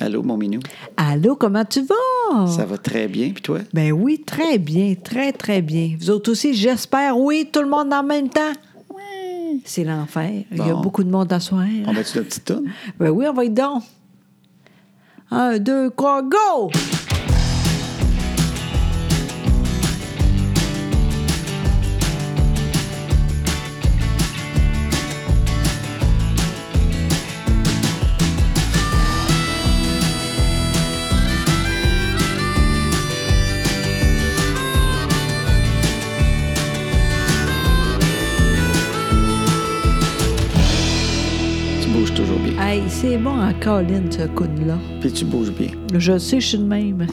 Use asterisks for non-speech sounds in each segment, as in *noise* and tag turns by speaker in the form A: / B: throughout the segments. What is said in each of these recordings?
A: Allô, mon minou.
B: Allô, comment tu vas?
A: Ça va très bien, puis toi?
B: Ben oui, très bien, très, très bien. Vous autres aussi, j'espère, oui, tout le monde en même temps. Oui. C'est l'enfer. Il y a
A: Bon.
B: beaucoup de monde à soir.
A: On va-tu la petite toune?
B: Ben oui, on va y donc. Un, deux, trois, go!
A: Tu bouges toujours bien.
B: Hey, c'est bon en colline, ce coude-là.
A: Puis tu bouges bien.
B: Je sais, je suis de
A: *laughs*
B: même.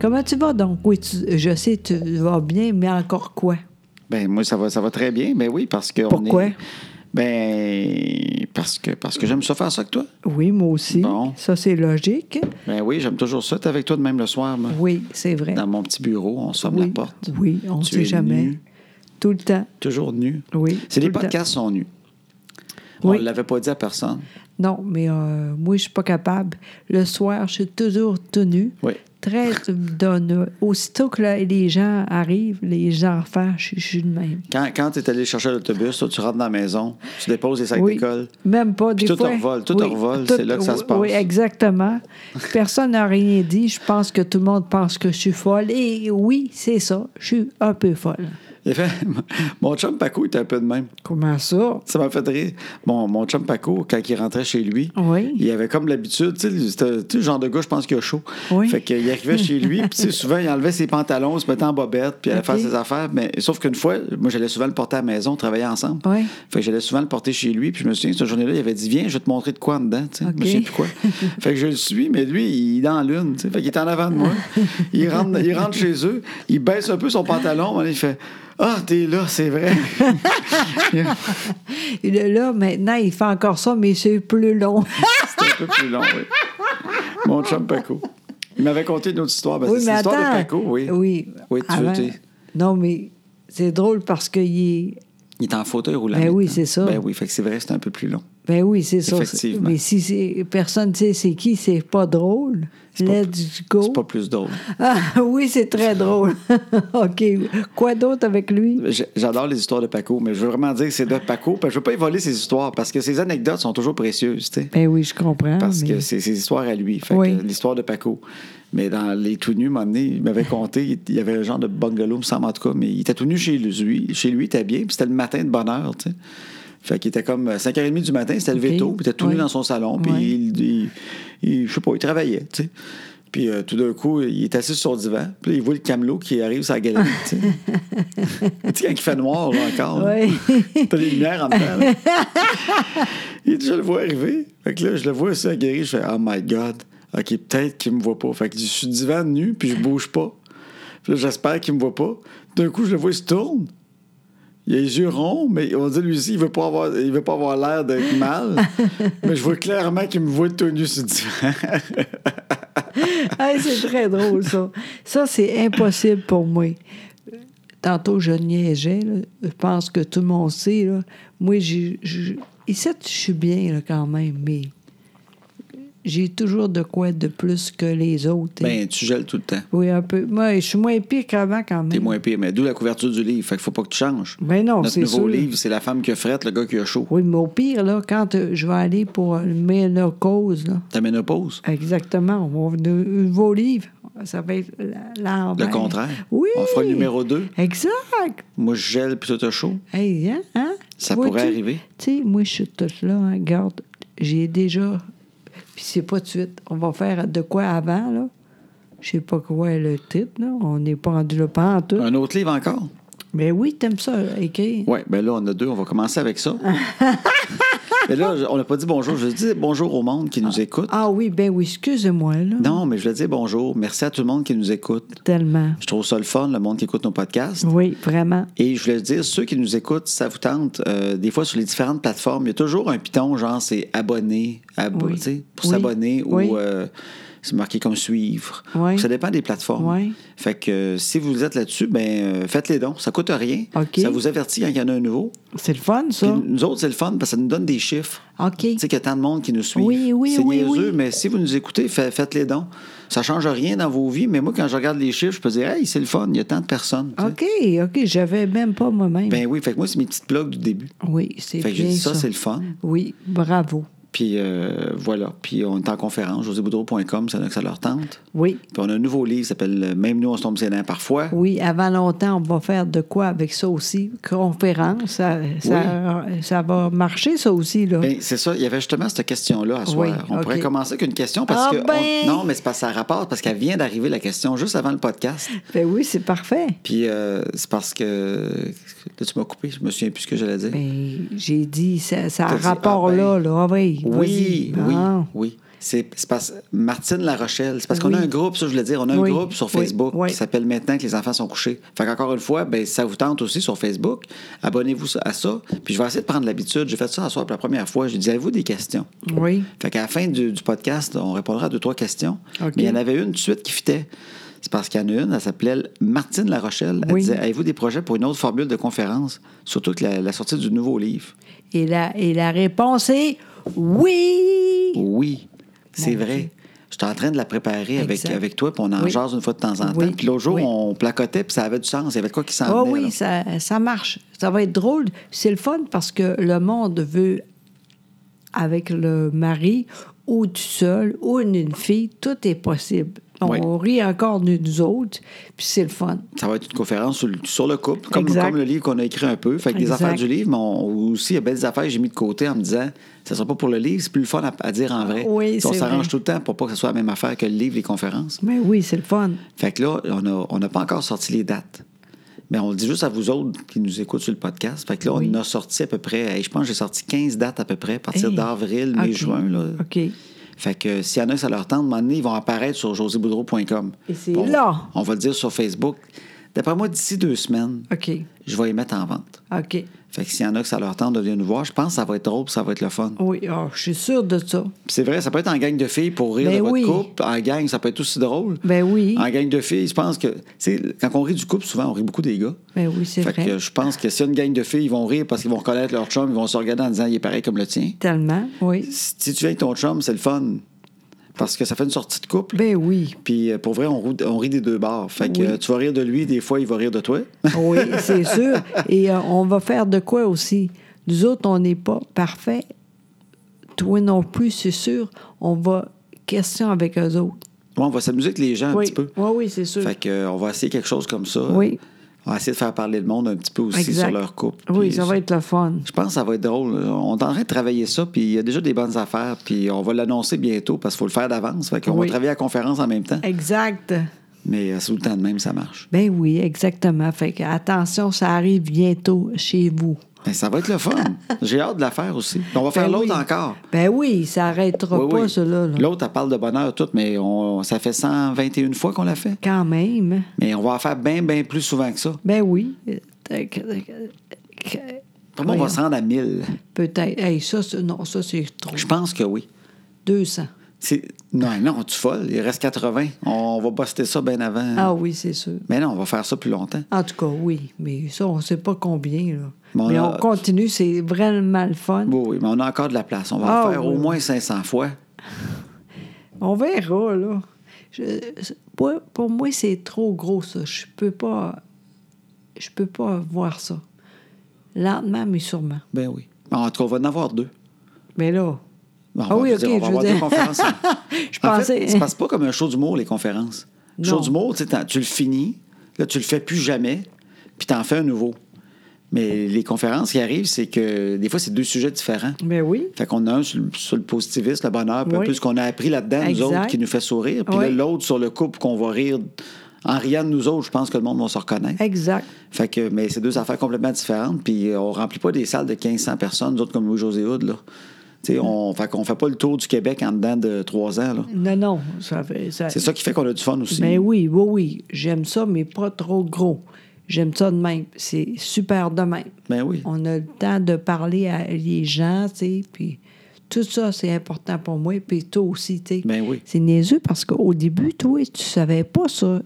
B: Comment tu vas donc? Oui, tu- je sais, tu vas bien, mais encore quoi?
A: Ben moi, ça va, ça va très bien. Ben oui, parce que. on
B: Pourquoi?
A: est- Ben, parce que, parce que j'aime ça faire ça que toi.
B: Oui, moi aussi.
A: Bon.
B: Ça, c'est logique.
A: Ben oui, j'aime toujours ça. T'es avec toi de même le soir, moi.
B: Oui, c'est vrai.
A: Dans mon petit bureau, on somme
B: oui.
A: la porte.
B: Oui, on ne
A: Tu
B: sait
A: es
B: jamais.
A: nu.
B: Tout le temps.
A: Toujours nu.
B: Oui,
A: C'est les
B: tout le temps.
A: podcasts sont nus.
B: Oui.
A: On ne l'avait pas dit à personne.
B: Non, mais euh, moi, je suis pas capable. Le soir, je suis toujours tenue.
A: Oui.
B: Très donneuse. euh, Aussitôt que là, les gens arrivent, les enfants, je, je suis de même.
A: Quand, quand tu es allé chercher l'autobus, toi, tu rentres dans la maison, tu déposes les sacs
B: Oui.
A: d'école.
B: Même pas
A: Puis
B: des
A: tout
B: fois.
A: en revole, tout en revole, c'est là que ça se
B: oui,
A: passe. *laughs*
B: Oui, exactement. Personne n'a rien dit. Je pense que tout le monde pense que je suis folle. Et oui, c'est ça. Je suis un peu folle.
A: Et fait, *laughs* mon chum Paco était un peu de même.
B: Comment ça?
A: Ça m'a fait rire. Mon, mon chum Paco, quand il rentrait chez lui,
B: Oui.
A: il avait comme l'habitude, tu sais, c'était- tu sais, le genre de gars, je pense qu'il a chaud.
B: Oui.
A: Fait qu'il arrivait chez lui, puis tu
B: *laughs*
A: sais, souvent, il enlevait ses pantalons, il se mettait en bobette, puis il allait
B: Ok.
A: faire ses affaires. Mais, sauf qu'une fois, moi, j'allais souvent le porter à la maison, on travaillait ensemble.
B: Oui.
A: Fait que j'allais souvent le porter chez lui, puis je me souviens, cette journée-là, il avait dit Viens, je vais te montrer de quoi en dedans, tu sais.
B: Ok.
A: Je sais
B: *laughs*
A: plus quoi. fait que je le suis, mais lui, il est dans l'une, tu sais. Fait qu'il est en avant de moi. Il rentre, il rentre chez eux, il baisse un peu son pantalon, il fait Ah, t'es là, c'est vrai.
B: Et Là, là, maintenant, il fait encore ça, mais c'est plus long.
A: C'était un peu plus long, oui. Mon chum Paco. Il m'avait conté une autre histoire. Ben, c'est l'histoire de Paco, oui.
B: Oui,
A: Oui, tu veux,
B: Avant-
A: t'es-
B: Non, mais c'est drôle parce que il est-
A: Il est en fauteuil roulant.
B: Ben oui,
A: maintenant.
B: c'est ça.
A: Ben oui, fait que c'est vrai, c'est un peu plus long.
B: Ben oui, c'est ça.
A: Effectivement.
B: Mais si c'est- personne ne sait c'est qui, c'est pas drôle.
A: pas-
B: Let's go.
A: C'est pas plus drôle.
B: Ah, *laughs* oui, c'est très drôle. *laughs* OK. Quoi d'autre avec lui?
A: J'- J'adore les histoires de Paco, mais je veux vraiment dire que c'est de Paco. Parce que je veux pas y voler ses histoires parce que ses anecdotes sont toujours précieuses, tu sais.
B: Ben oui, je comprends.
A: Parce
B: mais-
A: que c'est ses histoires à lui. Fait
B: Oui.
A: que l'histoire de Paco. Mais dans les tout nus, un moment donné, il m'avait conté, il- il y avait un genre de bungalow, me semble en tout cas, mais il était tout nu chez lui, chez lui, il était bien, puis c'était le matin de bonne heure, tu sais. Fait qu'il était comme euh, à 5h30 du matin, il s'était levé
B: Ok.
A: tôt, puis il était tout
B: Oui.
A: nu dans son salon, puis
B: Oui.
A: il, il- il- je sais pas, il travaillait, tu sais. Puis euh, tout d'un coup, il est assis sur le divan, puis là, il voit le camelot qui arrive sur la galerie,
B: *laughs*
A: tu sais. tu sais, quand il fait noir, là, encore, là.
B: Oui.
A: T'as des lumières en dedans. là. *laughs* Il dit, je le vois arriver. Fait que là, je le vois aussi à guérir. Je fais, oh my God. OK, peut-être qu'il me voit pas. Fait que je suis divan nu, puis je bouge pas. Puis là, j'espère qu'il me voit pas. D'un coup, je le vois, il se tourne. Il a les yeux ronds, mais on dit lui aussi, il veut pas avoir, il veut pas avoir l'air d'être *laughs* mal. mais je vois clairement qu'il me voit tout nu sur le divan.
B: Hey, c'est très drôle, ça. Ça, c'est impossible pour moi. Tantôt, je niaigeais. là. Je pense que tout le monde sait. Là. Moi, j'ai- j'ai- ici, je suis bien là, quand même, mais j'ai toujours de quoi de plus que les autres. hein.
A: Ben, tu gèles tout le temps.
B: oui, un peu. Moi, je suis moins pire qu'avant quand même.
A: pire, mais d'où la couverture du livre. Fait qu'il faut pas que tu changes.
B: Ben non, c'est sûr.
A: c'est la femme qui frette, le gars qui a chaud.
B: Oui, mais au pire, là, quand euh, je vais aller pour euh, le ménopause, là,
A: Ta ménopause.
B: exactement, on va venir- vos livres, ça va être la- l'envers.
A: Le contraire.
B: Oui.
A: On fera le numéro 2.
B: Exact.
A: Moi, je gèle, puis toi, t'as chaud.
B: Hey, hein? hein?
A: Ça
B: Vois-tu?
A: pourrait arriver.
B: Tu sais, moi, je suis toute là. hein, Regarde, j'ai déjà. Puis c'est pas de suite. On va faire de quoi avant, là? Je sais pas quoi est le titre, là. On n'est pas rendu là, pas en tout.
A: Un autre livre encore?
B: Mais oui, t'aimes ça, écrire.
A: Oui, ben là, on a deux. On va commencer avec
B: *laughs*
A: ça. Mais là, je- on n'a pas dit bonjour. Je dis bonjour au monde qui nous écoute.
B: Ah oui, ben oui, excusez-moi, là.
A: Non, mais je veux dire bonjour. Merci à tout le monde qui nous écoute.
B: Tellement.
A: Je trouve ça le fun, le monde qui écoute nos podcasts.
B: Oui, vraiment.
A: Et je voulais dire, ceux qui nous écoutent, ça vous tente, euh, des fois sur les différentes plateformes, il y a toujours un piton, genre c'est abonné, abo-
B: Oui.
A: tu sais, pour
B: Oui.
A: s'abonner
B: Oui.
A: ou euh, c'est marqué comme suivre.
B: Ouais.
A: Ça dépend des plateformes.
B: Ouais.
A: Fait que euh, si vous êtes là-dessus, ben euh, faites les dons. Ça coûte rien.
B: OK.
A: Ça vous avertit quand il y en a un nouveau.
B: C'est le fun,
A: Puis
B: ça.
A: nous autres, c'est le fun parce que ça nous donne des chiffres.
B: OK.
A: Tu sais qu'il y a tant de monde qui nous suit.
B: Oui, oui,
A: C'est
B: oui,
A: niaiseux,
B: oui.
A: mais si vous nous écoutez, fa- faites les dons. Ça change rien dans vos vies, mais moi, quand je regarde les chiffres, je peux dire, hey, c'est le fun, il y a tant de personnes. tu sais.
B: OK, OK, j'avais même pas moi-même.
A: Ben oui, fait que moi, c'est mes petites blogs du début.
B: oui, c'est
A: Fait que
B: bien
A: j'ai dit
B: ça.
A: ça, c'est le fun.
B: Oui, bravo.
A: Puis euh, voilà. Puis on est en conférence, joséboudreau.com, ça, ça leur tente.
B: Oui,
A: Puis on a un nouveau livre qui s'appelle euh, Même nous, on se tombe ses dents parfois.
B: oui, avant longtemps, on va faire de quoi avec ça aussi? Conférence, ça, ça, ça va marcher, ça aussi, là.
A: Ben, c'est ça, il y avait justement cette question-là à soir.
B: Oui,
A: on
B: OK.
A: pourrait commencer avec une question parce
B: Ah
A: que. on-
B: ben!
A: Non, mais c'est parce que ça rapporte, parce qu'elle vient d'arriver la question juste avant le podcast.
B: Ben oui, c'est parfait.
A: Puis euh, c'est parce que. Là, tu m'as coupé, je me souviens plus ce que j'allais dire.
B: Ben, j'ai dit, ça, ça a
A: T'as dit,
B: rapport
A: ah ben,
B: là, là. Ah oui,
A: Oui,
B: vas-y.
A: oui,
B: Ah.
A: oui. C'est c'est parce Martine La Rochelle, c'est parce qu'on
B: Oui.
A: a un groupe, ça je voulais dire, on a un
B: Oui,
A: groupe sur
B: oui,
A: Facebook
B: oui.
A: qui s'appelle Maintenant que les enfants sont couchés. Fait qu'encore une fois, ben, si ça vous tente aussi sur Facebook, abonnez-vous à ça. Puis je vais essayer de prendre l'habitude. J'ai fait ça ce soir pour la première fois. J'ai dit, avez-vous des questions?
B: Oui,
A: Fait qu'à la fin du, du podcast, on répondra à deux, trois questions.
B: OK.
A: Mais il y en avait une tout de suite qui fitait. C'est parce qu'il y en a une, elle s'appelait Martine La Rochelle. Elle
B: Oui.
A: disait, avez-vous des projets pour une autre formule de conférence, surtout que la, la sortie du nouveau livre?
B: Et la, et la réponse est oui.
A: Oui, c'est
B: Mon Dieu.
A: vrai. J'étais en train de la préparer avec,
B: Exact.
A: avec toi, puis on en
B: Oui.
A: jase une fois de temps en temps.
B: Oui.
A: Puis l'autre jour,
B: Oui.
A: on placotait, puis ça avait du sens. Il y avait de quoi qui s'en
B: Ah
A: venait, là.
B: oui, ça, ça marche. Ça va être drôle. C'est le fun parce que le monde veut, avec le mari, ou tout seul, ou une, une fille, tout est possible. On
A: Oui.
B: rit encore de nous autres, puis c'est le fun.
A: Ça va être une conférence sur le, sur le couple, comme,
B: Exact.
A: comme le livre qu'on a écrit un peu. Fait que des
B: Exact.
A: affaires du livre, mais on- aussi, il y a bien des affaires que j'ai mis de côté en me disant, ça sera pas pour le livre, c'est plus le fun à, à dire en vrai. Puis
B: Oui,
A: on
B: c'est vrai.
A: s'arrange tout le temps pour pas que ce soit la même affaire que le livre, les conférences.
B: Mais oui, c'est le fun.
A: Fait que là, on n'a on a pas encore sorti les dates. Mais on le dit juste à vous autres qui nous écoutent sur le podcast. Fait que là, on a sorti à peu près, hey, je pense que j'ai sorti 15 dates à peu près, à partir
B: Hey.
A: d'avril, mai,
B: Ok.
A: juin. Là.
B: OK.
A: Fait que s'il y en a que ça leur tente, à un moment donné, ils vont apparaître sur joséboudreau.com.
B: Et c'est
A: On-
B: là.
A: On va le dire sur Facebook. D'après moi, d'ici deux semaines,
B: OK.
A: je vais les mettre en vente.
B: OK.
A: Fait que s'il y en a que ça leur tente de venir nous voir, je pense que ça va être drôle puis ça va être le fun.
B: Oui, ah, je suis sûre de ça.
A: Puis c'est vrai, ça peut être en gang de filles pour rire
B: Ben
A: de votre
B: oui.
A: couple. En gang, ça peut être aussi drôle.
B: Ben oui.
A: En gang de filles, je pense que... tu sais, Quand on rit du couple, souvent, on rit beaucoup des gars.
B: Ben oui, c'est
A: Fait
B: vrai.
A: que je pense que si une gang de filles, ils vont rire parce qu'ils vont reconnaître leur chum, ils vont se regarder en disant « Il est pareil comme le tien.
B: Tellement, » oui.
A: Si tu viens avec ton chum, c'est le fun. Parce que ça fait une sortie de couple.
B: Ben oui.
A: Puis euh, pour vrai, on, roule- on rit des deux bords. Fait que
B: Oui.
A: euh, tu vas rire de lui, des fois, il va rire de toi.
B: Oui, c'est sûr. Et euh, on va faire de quoi aussi? Nous autres, on n'est pas parfaits. Toi non plus, c'est sûr. On va question avec eux autres.
A: Bon, on va s'amuser avec les gens un
B: oui.
A: petit peu.
B: oui, oui, c'est sûr.
A: Fait que, euh, on va essayer quelque chose comme ça.
B: Oui.
A: On va essayer de faire parler le monde un petit peu aussi
B: Exact.
A: sur leur couple.
B: Oui,
A: Puis
B: ça va être le fun.
A: Je pense que ça va être drôle. On est en train de travailler ça, puis il y a déjà des bonnes affaires, puis on va l'annoncer bientôt parce qu'il faut le faire d'avance. Fait qu'on
B: Oui.
A: va travailler à la conférence en même temps.
B: Exact.
A: Mais euh, sous le temps de même, ça marche.
B: Ben oui, exactement. Fait que attention, ça arrive bientôt chez vous.
A: Mais ça va être le
B: *laughs*
A: fun. J'ai hâte de la faire aussi. Puis on va faire
B: Ben
A: l'autre
B: oui.
A: encore.
B: Ben oui, ça n'arrêtera
A: Oui,
B: pas,
A: oui.
B: cela. là.
A: L'autre, elle parle de bonheur, tout, mais on- ça fait 121 fois qu'on l'a fait.
B: Quand même.
A: Mais on va en faire bien, bien plus souvent que ça.
B: Ben oui.
A: Comment on va se rendre à 1000?
B: Peut-être. Hey, ça, c'est- non, ça, c'est trop.
A: Je pense que oui.
B: 200.
A: C'est... Non, non, tu folle. Il reste 80. On va buster ça bien avant.
B: Ah oui, c'est sûr.
A: Mais non, on va faire ça plus longtemps.
B: En tout cas, oui. Mais ça, on ne sait pas combien. Là.
A: Bon,
B: mais
A: là-
B: on continue, c'est vraiment le fun.
A: Oui, oui, mais on a encore de la place. On va
B: Ah,
A: en faire
B: oui.
A: au moins 500 fois.
B: On verra, là. Je- pour, pour moi, c'est trop gros, ça. Je peux pas... Je peux pas voir ça. Lentement, mais sûrement.
A: Ben oui. En tout cas, on va en avoir deux.
B: Mais là...
A: Bon, on
B: ah
A: va
B: oui,
A: vous
B: OK,
A: dire, on va
B: je veux
A: avoir
B: dire-
A: deux
B: *laughs*
A: conférences.
B: je
A: En
B: pensais...
A: fait, ça se passe pas comme un show d'humour, les conférences. Le
B: Non.
A: show d'humour, tu sais, t'en- tu le finis, là, tu le fais plus jamais, puis t'en fais un nouveau. Mais les conférences qui arrivent, c'est que des fois, c'est deux sujets différents.
B: *laughs* Mais oui.
A: Fait qu'on a un sur le, sur le positivisme, le bonheur, puis
B: Oui.
A: un peu ce qu'on a appris là-dedans, nous
B: Exact.
A: autres, qui nous fait sourire. Puis là,
B: Oui.
A: l'autre sur le couple qu'on va rire. En riant de nous autres, je pense que le monde va se reconnaître.
B: Exact.
A: Fait que, mais c'est deux affaires complètement différentes. Puis euh, on remplit pas des salles de 1500 personnes, nous autres comme Louis-José Hood, là. Tu sais, on, fait qu'on fait pas le tour du Québec en dedans de trois ans, là.
B: Non, non. Ça fait, ça...
A: C'est ça qui fait qu'on a du fun aussi.
B: Ben oui, oui, oui. J'aime ça, mais pas trop gros. J'aime ça de même. C'est super de même.
A: Ben oui.
B: On a le temps de parler à les gens, tu sais, puis Tout ça, c'est important pour moi. Puis toi aussi, tu sais.
A: Ben oui.
B: C'est niaiseux parce qu'au début, toi, tu savais pas ça.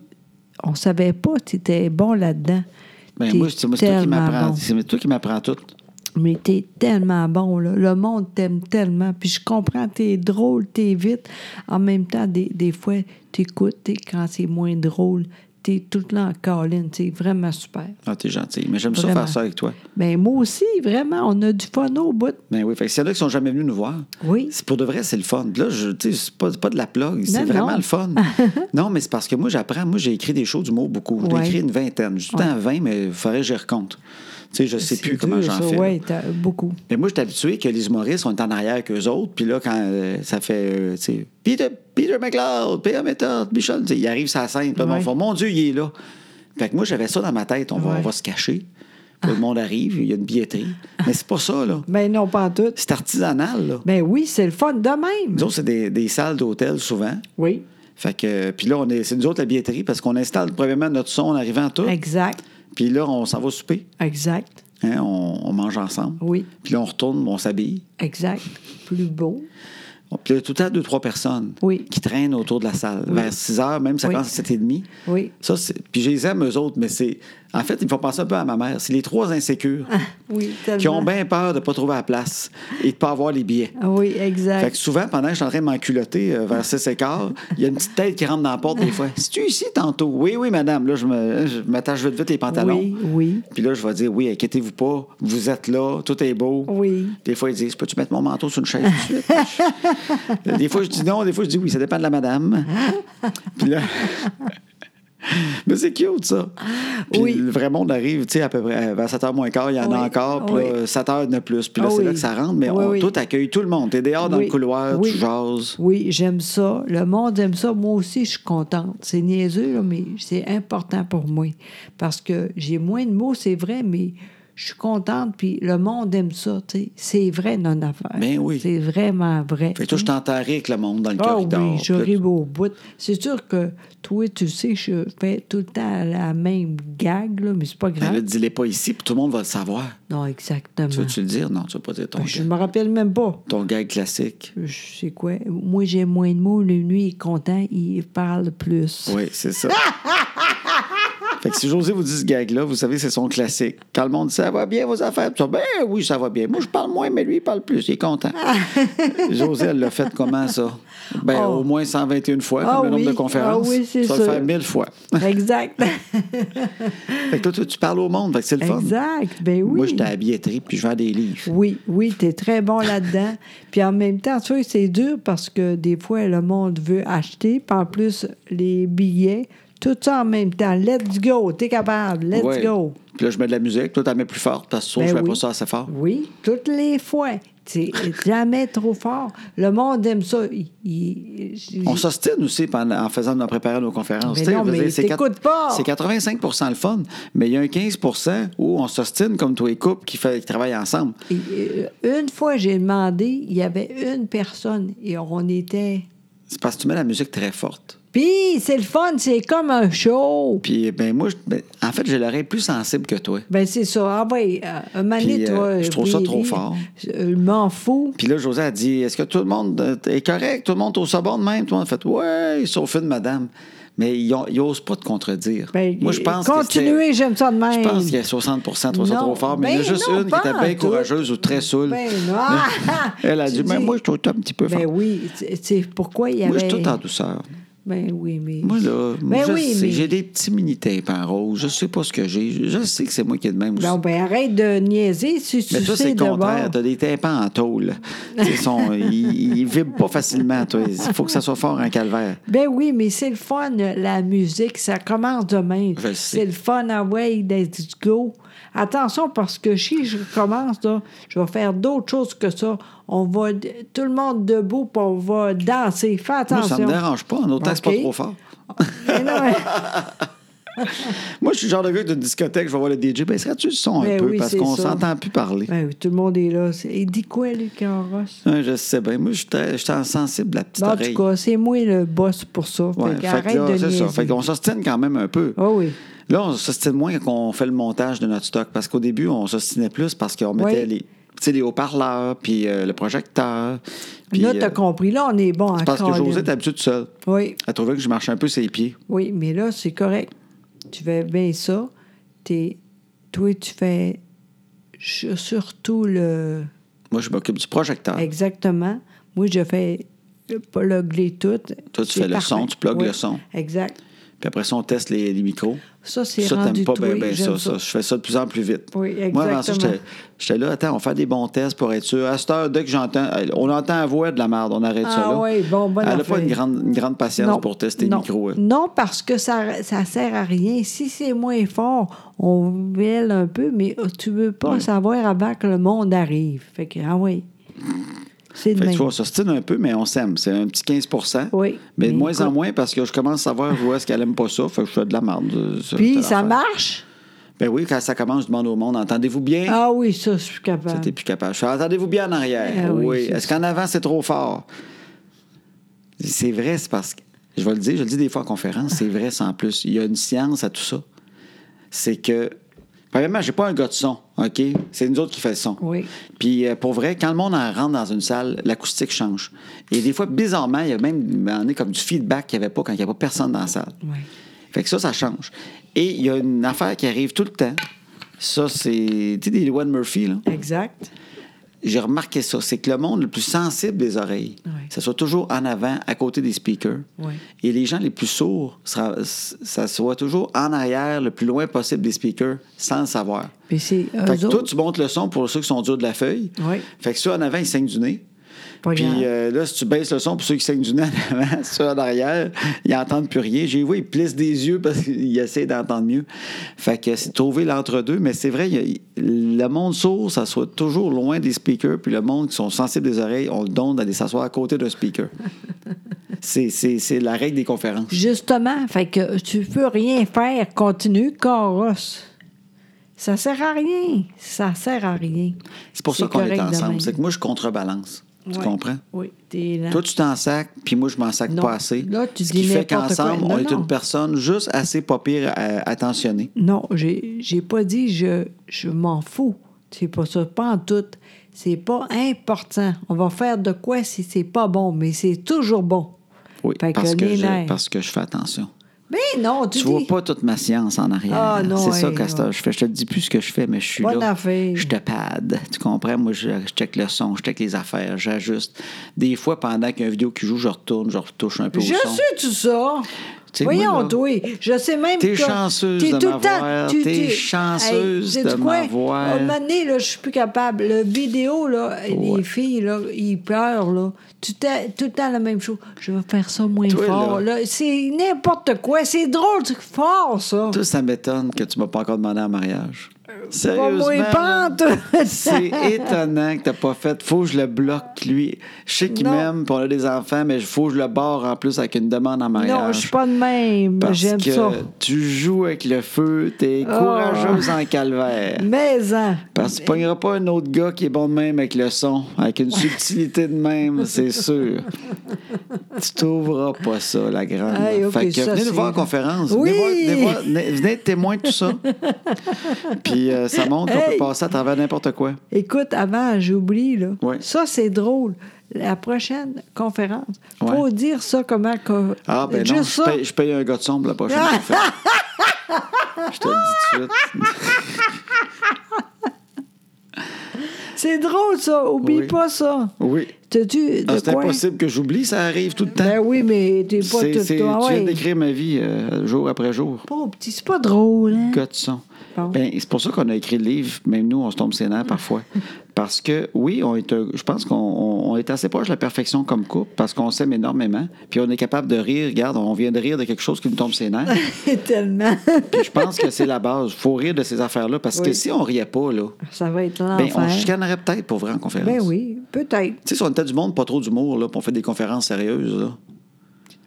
B: On savait pas, tu étais bon là-dedans.
A: Ben
B: T'es
A: moi, c'est moi, c'est toi qui
B: tellement
A: m'apprends.
B: bon.
A: C'est toi qui m'apprends tout.
B: Mais t'es tellement bon, là. Le monde t'aime tellement. Puis je comprends, t'es drôle, t'es vite. En même temps, des, des fois, t'écoutes, t'es- quand c'est moins drôle, t'es tout le temps en colline. C'est vraiment super.
A: Ah, t'es gentil. Mais j'aime ça
B: Vraiment.
A: faire ça avec toi.
B: Mais moi aussi, vraiment, on a du fun au bout.
A: Ben oui. Fait que s'il y en a qui sont jamais venus nous voir,
B: Oui.
A: c'est pour de vrai, c'est le fun. Puis Là, je, tu sais, c'est pas, c'est pas de la plug, c'est
B: Non,
A: vraiment
B: non.
A: le
B: *laughs*
A: fun. non, mais c'est parce que moi, j'apprends. Moi, j'ai écrit des shows d'humour beaucoup. J'ai
B: Ouais.
A: écrit une vingtaine. J'ai du temps à 20, mais il faudrait que j'y recompte. Tu sais, je sais plus comment j'en fais. là.
B: Oui, beaucoup.
A: Mais moi, j'étais habitué que les humoristes, on est en arrière qu'eux autres. Puis là, quand euh, ça fait, euh, tu sais, Peter, Peter McLeod, Peter Method, Michel, tu sais, il arrive sur la scène. Puis là,
B: Ouais.
A: on fait, mon Dieu, il est là. Fait que moi, j'avais ça dans ma tête. On va,
B: Ouais.
A: on va se cacher. Puis Le monde arrive, il y a une billetterie. Mais c'est pas ça, là.
B: Ben non, pas en tout.
A: C'est artisanal, là.
B: Ben oui, c'est le fun de même.
A: Nous autres, c'est des, des salles d'hôtel souvent.
B: Oui,
A: Fait que, puis là, on est, c'est nous autres la billetterie parce qu'on installe premièrement notre son en arrivant tout.
B: exact,
A: Puis là, on s'en va souper.
B: exact,
A: Hein, on, on mange ensemble.
B: Oui.
A: Puis là, on retourne, on s'habille.
B: exact. Plus beau.
A: Puis là, tout le temps, deux, trois personnes
B: Oui.
A: qui traînent autour de la salle. Vers 6 heures, même, ça
B: Oui.
A: commence à 7 et demi.
B: Oui. *laughs*
A: Ça, c'est... Puis je les aime, eux autres, mais c'est... En fait, ils me font penser un peu à ma mère. C'est les trois insécures
B: Oui,
A: qui ont
B: Ah, tellement.
A: bien peur de ne pas trouver la place et de ne pas avoir les billets.
B: Ah Oui,
A: Fait
B: exact.
A: que souvent, pendant que je suis en train de m'enculoter euh, vers 6 et quart, il y a une petite tête qui rentre dans la porte des
B: *laughs*
A: fois. « Es-tu ici tantôt? »« Oui, oui, madame. » Là, je, me- je m'attache vite vite les pantalons.
B: Oui, oui.
A: Puis là, je vais dire « Oui, inquiétez-vous pas. Vous êtes là. Tout est beau.
B: Oui.
A: Des fois, ils disent « Peux-tu mettre mon manteau sur une chaise tout de suite?
B: *laughs*
A: Je- » Des fois, je dis non. Des fois, je dis oui. Ça dépend de la madame. Puis là... *laughs* Mais c'est cute, ça. Puis
B: Oui.
A: le vrai monde arrive, tu sais, à peu près euh, vers 7h moins quart, il y en
B: Oui.
A: a encore. Puis
B: Oui.
A: là, 7h de plus. Puis là,
B: Ah
A: c'est là
B: oui.
A: que ça rentre. Mais
B: Oui,
A: on,
B: oui.
A: tout accueille tout le monde. T'es dehors dans
B: Oui.
A: le couloir,
B: Oui.
A: tu jases.
B: Oui, j'aime ça. Le monde aime ça. Moi aussi, je suis contente. C'est niaiseux, là, mais c'est important pour moi. Parce que j'ai moins de mots, c'est vrai, mais je suis contente, puis le monde aime ça, tu sais. C'est vrai, non affaire.
A: Ben oui.
B: C'est vraiment vrai.
A: Fait que toi, je t'enterrais avec le monde dans le
B: Ah
A: corridor.
B: oui,
A: Puis là,
B: j'arrive au bout. C'est sûr que toi, tu sais, je fais tout le temps la même gag, là, mais c'est pas
A: Ben
B: grave.
A: là, dis-les pas ici, puis tout le monde va le savoir.
B: Non, exactement.
A: Tu veux-tu le dire? Non, tu veux pas dire ton,
B: Je
A: gag,
B: me rappelle même pas.
A: ton gag classique.
B: Je sais quoi. Moi, j'ai moins de mots. Le nuit est content, il parle plus.
A: Oui, c'est ça. *laughs* fait que si José vous dit ce gag-là, vous savez, c'est son classique. Quand le monde dit ça va bien, vos affaires, Puis ça, ben oui, ça va bien. Moi, je parle moins, mais lui, il parle plus. Il est
B: *laughs*
A: content. José, elle l'a fait comment, ça? Ben,
B: Oh.
A: au moins 121 fois, comme
B: Ah
A: le nombre
B: oui,
A: de conférences.
B: ah oui, c'est
A: tu vas le
B: sûr.
A: faire 1000 fois.
B: Exact.
A: Fait que là, toi, tu parles au monde, fait que *laughs* c'est le fun.
B: exact. Ben oui.
A: Moi, j'étais à la billetterie, puis je vends des livres.
B: Oui, oui, t'es très
A: *laughs*
B: bon là-dedans. puis en même temps, tu vois, c'est dur parce que des fois, le monde veut acheter, puis en plus, les billets, tout ça en même temps. Let's go, t'es capable, let's
A: Ouais.
B: go.
A: Puis là, je mets de la musique. Toi, t'en mets plus forte parce que je trouve
B: Ben
A: que je mets
B: oui.
A: pas ça assez fort.
B: Oui, toutes les fois. T'es jamais trop fort. Le monde aime ça. Il- il-
A: On s'ostine aussi pendant- en faisant nos préparer nos conférences.
B: Mais
A: Tu sais, je
B: non,
A: veux
B: mais
A: dire, c'est
B: t'écoutes
A: quatre-
B: pas.
A: C'est 85 le fun, mais il y a un 15 où on s'ostine comme tous les couples qui, fait- qui travaillent ensemble.
B: Et, euh, une fois, j'ai demandé, il y avait une personne et on était.
A: C'est parce que tu mets la musique très forte.
B: Puis, c'est le fun, c'est comme un show.
A: Puis, ben moi, je- ben, en fait, j'ai l'oreille plus sensible que toi.
B: Ben, c'est ça. Ah, ouais, euh, un mané,
A: Puis, euh,
B: toi.
A: je trouve ça
B: Billy,
A: trop fort.
B: euh, Je m'en fous.
A: Puis là, José a dit Est-ce que tout le monde euh, est correct Tout le monde est au sabord de même Tout le monde a fait Ouais, sauf une madame. Mais ils ont- ils osent pas te contredire.
B: Ben,
A: moi, je pense que c'était-
B: Continuez, j'aime ça de même.
A: Je pense qu'il y a 60 trouve ça
B: Non,
A: trop fort, mais il y en a
B: ben
A: juste
B: non,
A: une qui
B: pas
A: était
B: en
A: bien
B: tout.
A: courageuse ou très saoule.
B: Ben, non. Ah!
A: *laughs* Elle a
B: Tu
A: dit, mais
B: dis-
A: moi, je trouve ça un petit peu fort.
B: Ben oui, c'est- c'est pourquoi il y avait.
A: moi, je suis tout en douceur.
B: Ben oui, mais.
A: Moi, là,
B: Ben
A: je
B: oui,
A: sais,
B: mais-
A: j'ai des petits mini-tapes en rose. Je sais pas ce que j'ai. Je je sais que c'est moi qui ai de même aussi.
B: Non, ben arrête de niaiser si tu
A: mais toi, c'est
B: sais
A: le contraire.
B: d'abord.
A: T'as des tapants en tôle. Ils, sont,
B: *laughs*
A: ils, ils vibrent pas facilement. toi. Il faut que ça soit fort en calvaire.
B: Ben oui, mais c'est le fun, la musique, ça commence demain.
A: Je le sais.
B: C'est le fun, ah ouais, let's go. Attention, parce que si je commence, là, je vais faire d'autres choses que ça. On va, tout le monde debout, puis on va danser. Fais
A: Moi,
B: attention.
A: ça me dérange pas. En autant que c'est pas
B: Ok.
A: trop fort.
B: Mais non, mais- *laughs*
A: Moi, je suis le genre de gars d'une discothèque. Je vais voir le DJ. Ben, serais-tu le son un
B: Ben
A: peu?
B: oui,
A: parce
B: c'est
A: qu'on
B: ça.
A: s'entend plus parler.
B: Ben oui, tout le monde est là. C'est- Il dit quoi, Luc Ross?
A: Ouais, je sais bien. Moi, je suis très- je suis en sensible, la petite
B: Bon, en
A: oreille.
B: tout cas, c'est moi le boss pour ça.
A: Ouais,
B: fait
A: fait que
B: qu'arrête
A: là,
B: de
A: c'est ça.
B: niaiser.
A: Fait qu'on s'ostine quand même un peu.
B: Ah oui.
A: Là, on s'ostine moins quand on fait le montage de notre stock. Parce qu'au début, on s'ostinait plus parce qu'on mettait
B: Oui.
A: les. Tu sais, les haut-parleurs, puis euh, le projecteur. puis,
B: Là, t'as
A: euh,
B: compris. Là, on est bon en
A: c'est parce que
B: colline.
A: Josée est habituée toute seule.
B: Oui,
A: Elle trouvait que je marchais un peu ses pieds.
B: oui, mais là, c'est correct. Tu fais bien ça. T'es... Toi, tu fais ch- surtout le...
A: Moi, je m'occupe du projecteur.
B: Exactement. Moi, je fais le- plugler tout.
A: Toi, tu fais le son, tu plugues le son.
B: Exact.
A: Puis après ça, on teste les, les micros.
B: Ça, c'est
A: ça,
B: rendu
A: t'aimes pas
B: tout.
A: bien
B: oui,
A: ben ça,
B: j'aime
A: ça. Je fais ça de plus en plus vite.
B: Oui,
A: Moi, avant ça,
B: exactement.
A: j'étais- j'étais là, attends, on fait des bons tests pour être sûr. À cette heure, dès que j'entends, on entend la voix de la merde, on arrête ça
B: Ah
A: là.
B: oui, bon, bonne
A: Elle n'a
B: affaire.
A: pas une grande, une grande patience pour tester le
B: non.
A: micro. elle.
B: Non, parce que ça ça sert à rien. Si c'est moins fort, on vèle un peu, mais euh, tu veux pas
A: Ouais.
B: savoir avant que le monde arrive. Fait que, ah oui. C'est de
A: Fait que tu
B: même.
A: vois, ça se tient un peu, mais on s'aime. C'est un petit 15
B: Oui.
A: Mais de
B: Mais
A: moins en
B: écoute-
A: moins parce que je commence à savoir où est-ce qu'elle aime pas ça. Fait que je fais de la merde. euh, Ça, c'est
B: Puis,
A: l'affaire.
B: ça marche?
A: Ben oui, quand ça commence, je demande au monde entendez-vous bien
B: Ah oui, ça, je suis
A: Ça,
B: capable.
A: t'es plus capable. Je fais, Entendez-vous bien en arrière.
B: Euh. Ah oui,
A: oui.
B: c'est
A: Est-ce qu'en avant, c'est trop fort? C'est vrai, c'est parce que. Je vais le dire, je le dis des fois en conférence, c'est vrai, sans plus. Il y a une science à tout ça. C'est que. Premièrement, j'ai pas un gars de son, OK? C'est nous autres qui fait le son.
B: Oui.
A: Puis euh, pour vrai, quand le monde en rentre dans une salle, l'acoustique change. Et des fois, bizarrement, il y a même on est comme du feedback qu'il n'y avait pas quand il n'y a pas personne dans la salle.
B: Oui.
A: Fait que ça, ça change. Et il y a une affaire qui arrive tout le temps. Ça, c'est. Tu sais, des lois de Murphy, là?
B: Exact.
A: j'ai remarqué ça, c'est que le monde le plus sensible des oreilles,
B: Oui.
A: ça soit toujours en avant, à côté des speakers.
B: Oui.
A: Et les gens les plus sourds, sera- ça soit toujours en arrière, le plus loin possible des speakers, sans le savoir.
B: Puis c'est
A: Fait que
B: eux
A: toi,
B: autres.
A: tu montes le son pour ceux qui sont durs de la feuille.
B: Oui.
A: Fait que ceux en avant, ils saignent du nez.
B: Pas
A: Puis
B: grave.
A: euh, là, si tu baisses le son pour ceux qui saignent du nez *laughs* en avant, ceux en arrière, ils n'entendent plus rien. J'ai vu, ils plissent des yeux parce qu'ils *laughs* essaient d'entendre mieux. Fait que c'est trouver l'entre-deux, mais c'est vrai, il y a- le monde sourd, ça soit toujours loin des speakers, puis le monde qui sont sensibles des oreilles, on le donne d'aller s'asseoir à côté d'un
B: *laughs*
A: speaker. c'est, c'est- c'est la règle des conférences.
B: Justement, fait que tu peux rien faire, continue, carrosse. Ça sert à rien. Ça sert à rien.
A: C'est pour ça
B: C'est
A: qu'on est
B: correct de
A: ensemble.
B: même.
A: C'est que moi, je contrebalance. Tu
B: Ouais.
A: comprends?
B: Oui, t'es là.
A: Toi, tu t'en sacs, puis moi, je m'en sac
B: Non.
A: pas assez.
B: Là, tu
A: Ce
B: dis
A: qui fait
B: n'importe quoi.
A: qu'ensemble,
B: Non,
A: on est
B: non.
A: une personne juste assez pas pire euh, attentionnée.
B: Non, j'ai j'ai pas dit je, je m'en fous. C'est pas ça, pas en tout. C'est pas important. On va faire de quoi si c'est pas bon, mais c'est toujours bon.
A: Oui,
B: Fait que
A: parce, que
B: les
A: je,
B: nerfs.
A: parce que je fais attention.
B: Mais non, tu,
A: Tu vois
B: dis-
A: pas toute ma science en arrière.
B: Ah, non,
A: c'est ça,
B: hey,
A: Castor.
B: non.
A: Je, fais, je te dis plus ce que je fais, mais je suis
B: Bonne
A: là.
B: affaire.
A: Je te pad. Tu comprends? Moi, je, je check le son, je check les affaires, j'ajuste. Des fois, pendant qu'il y a une vidéo qui joue, je retourne, je retouche un peu
B: Je
A: au son.
B: sais tout ça.
A: sais, moi,
B: Voyons,
A: là,
B: toi, je sais même
A: t'es
B: que...
A: chanceuse de m'avoir, t'es chanceuse
B: sais-tu
A: de
B: quoi?
A: m'avoir.
B: À un moment donné, là, je suis plus capable. Le vidéo, là,
A: Ouais.
B: les filles, là, ils pleurent, là. Tout, le temps- tout le temps la même chose. Je vais faire ça moins
A: Toi,
B: fort.
A: là.
B: Là. C'est n'importe quoi. C'est drôle, c'est fort, ça.
A: Tout ça m'étonne que tu m'as pas encore demandé en mariage.
B: Pas
A: Sérieusement.
B: moins
A: là?
B: *laughs* pente.
A: C'est étonnant que t'as pas fait. Faut que je le bloque, lui. Je sais qu'il
B: Non.
A: m'aime, puis on a des enfants, mais faut que je le barre en plus avec une demande en mariage.
B: Non, je suis pas de même.
A: Parce
B: J'aime
A: que
B: ça. Oh.
A: tu joues avec le feu, t'es courageuse en calvaire.
B: Mais, hein,
A: Parce que tu pogneras pas un autre gars qui est bon de même avec le son, avec
B: *laughs*
A: une subtilité de même, c'est sûr. tu trouveras pas ça, la grande.
B: Hey, ok,
A: fait que
B: ça,
A: venez
B: c'est-
A: nous voir en conférence.
B: Oui!
A: Venez, voir- venez voir- venez- venez être témoin de tout
B: *laughs*
A: ça. Puis euh, ça montre qu'on peut
B: Hey!
A: passer à travers n'importe quoi.
B: Écoute, avant, j'oublie, là.
A: Ouais.
B: Ça, c'est drôle. La prochaine conférence,
A: Ouais.
B: faut dire ça comment... que-
A: Ah, ben non,
B: Juste
A: je
B: ça.
A: paye, je paye un gars de sombre la
B: *laughs*
A: prochaine conférence. Je te le dis tout de suite.
B: C'est drôle, ça. Oublie
A: Oui.
B: pas ça.
A: Oui.
B: T'as-tu de
A: Ah, c'est
B: quoi?
A: impossible que j'oublie, ça arrive tout le temps.
B: Ben oui, mais t'es pas
A: C'est-
B: tout
A: c'est-
B: le temps...
A: Tu viens
B: ouais.
A: d'écrire ma vie euh, jour après jour.
B: Pauvre petit, c'est pas drôle, hein?
A: Gars de son.
B: Bon.
A: Ben, c'est pour ça qu'on a écrit le livre, même nous, on se tombe ses nerfs
B: *laughs*
A: parfois. Parce que, oui, on est un- je pense qu'on on- on est assez proche de la perfection comme couple, parce qu'on s'aime énormément, puis on est capable de rire. Regarde, on vient de rire de quelque chose qui nous tombe ses
B: *laughs*
A: nerfs.
B: *laughs* Tellement.
A: puis je pense que c'est la base. Il faut rire de ces affaires-là, parce que
B: Oui.
A: si on riait pas, là,
B: ça va être
A: ben, on se
B: l'enfer.
A: chicanerait peut-être pour vrai en conférence.
B: Ben oui, peut-être.
A: Tu sais, si on était du monde, pas trop d'humour, là, puis on fait des conférences sérieuses, là.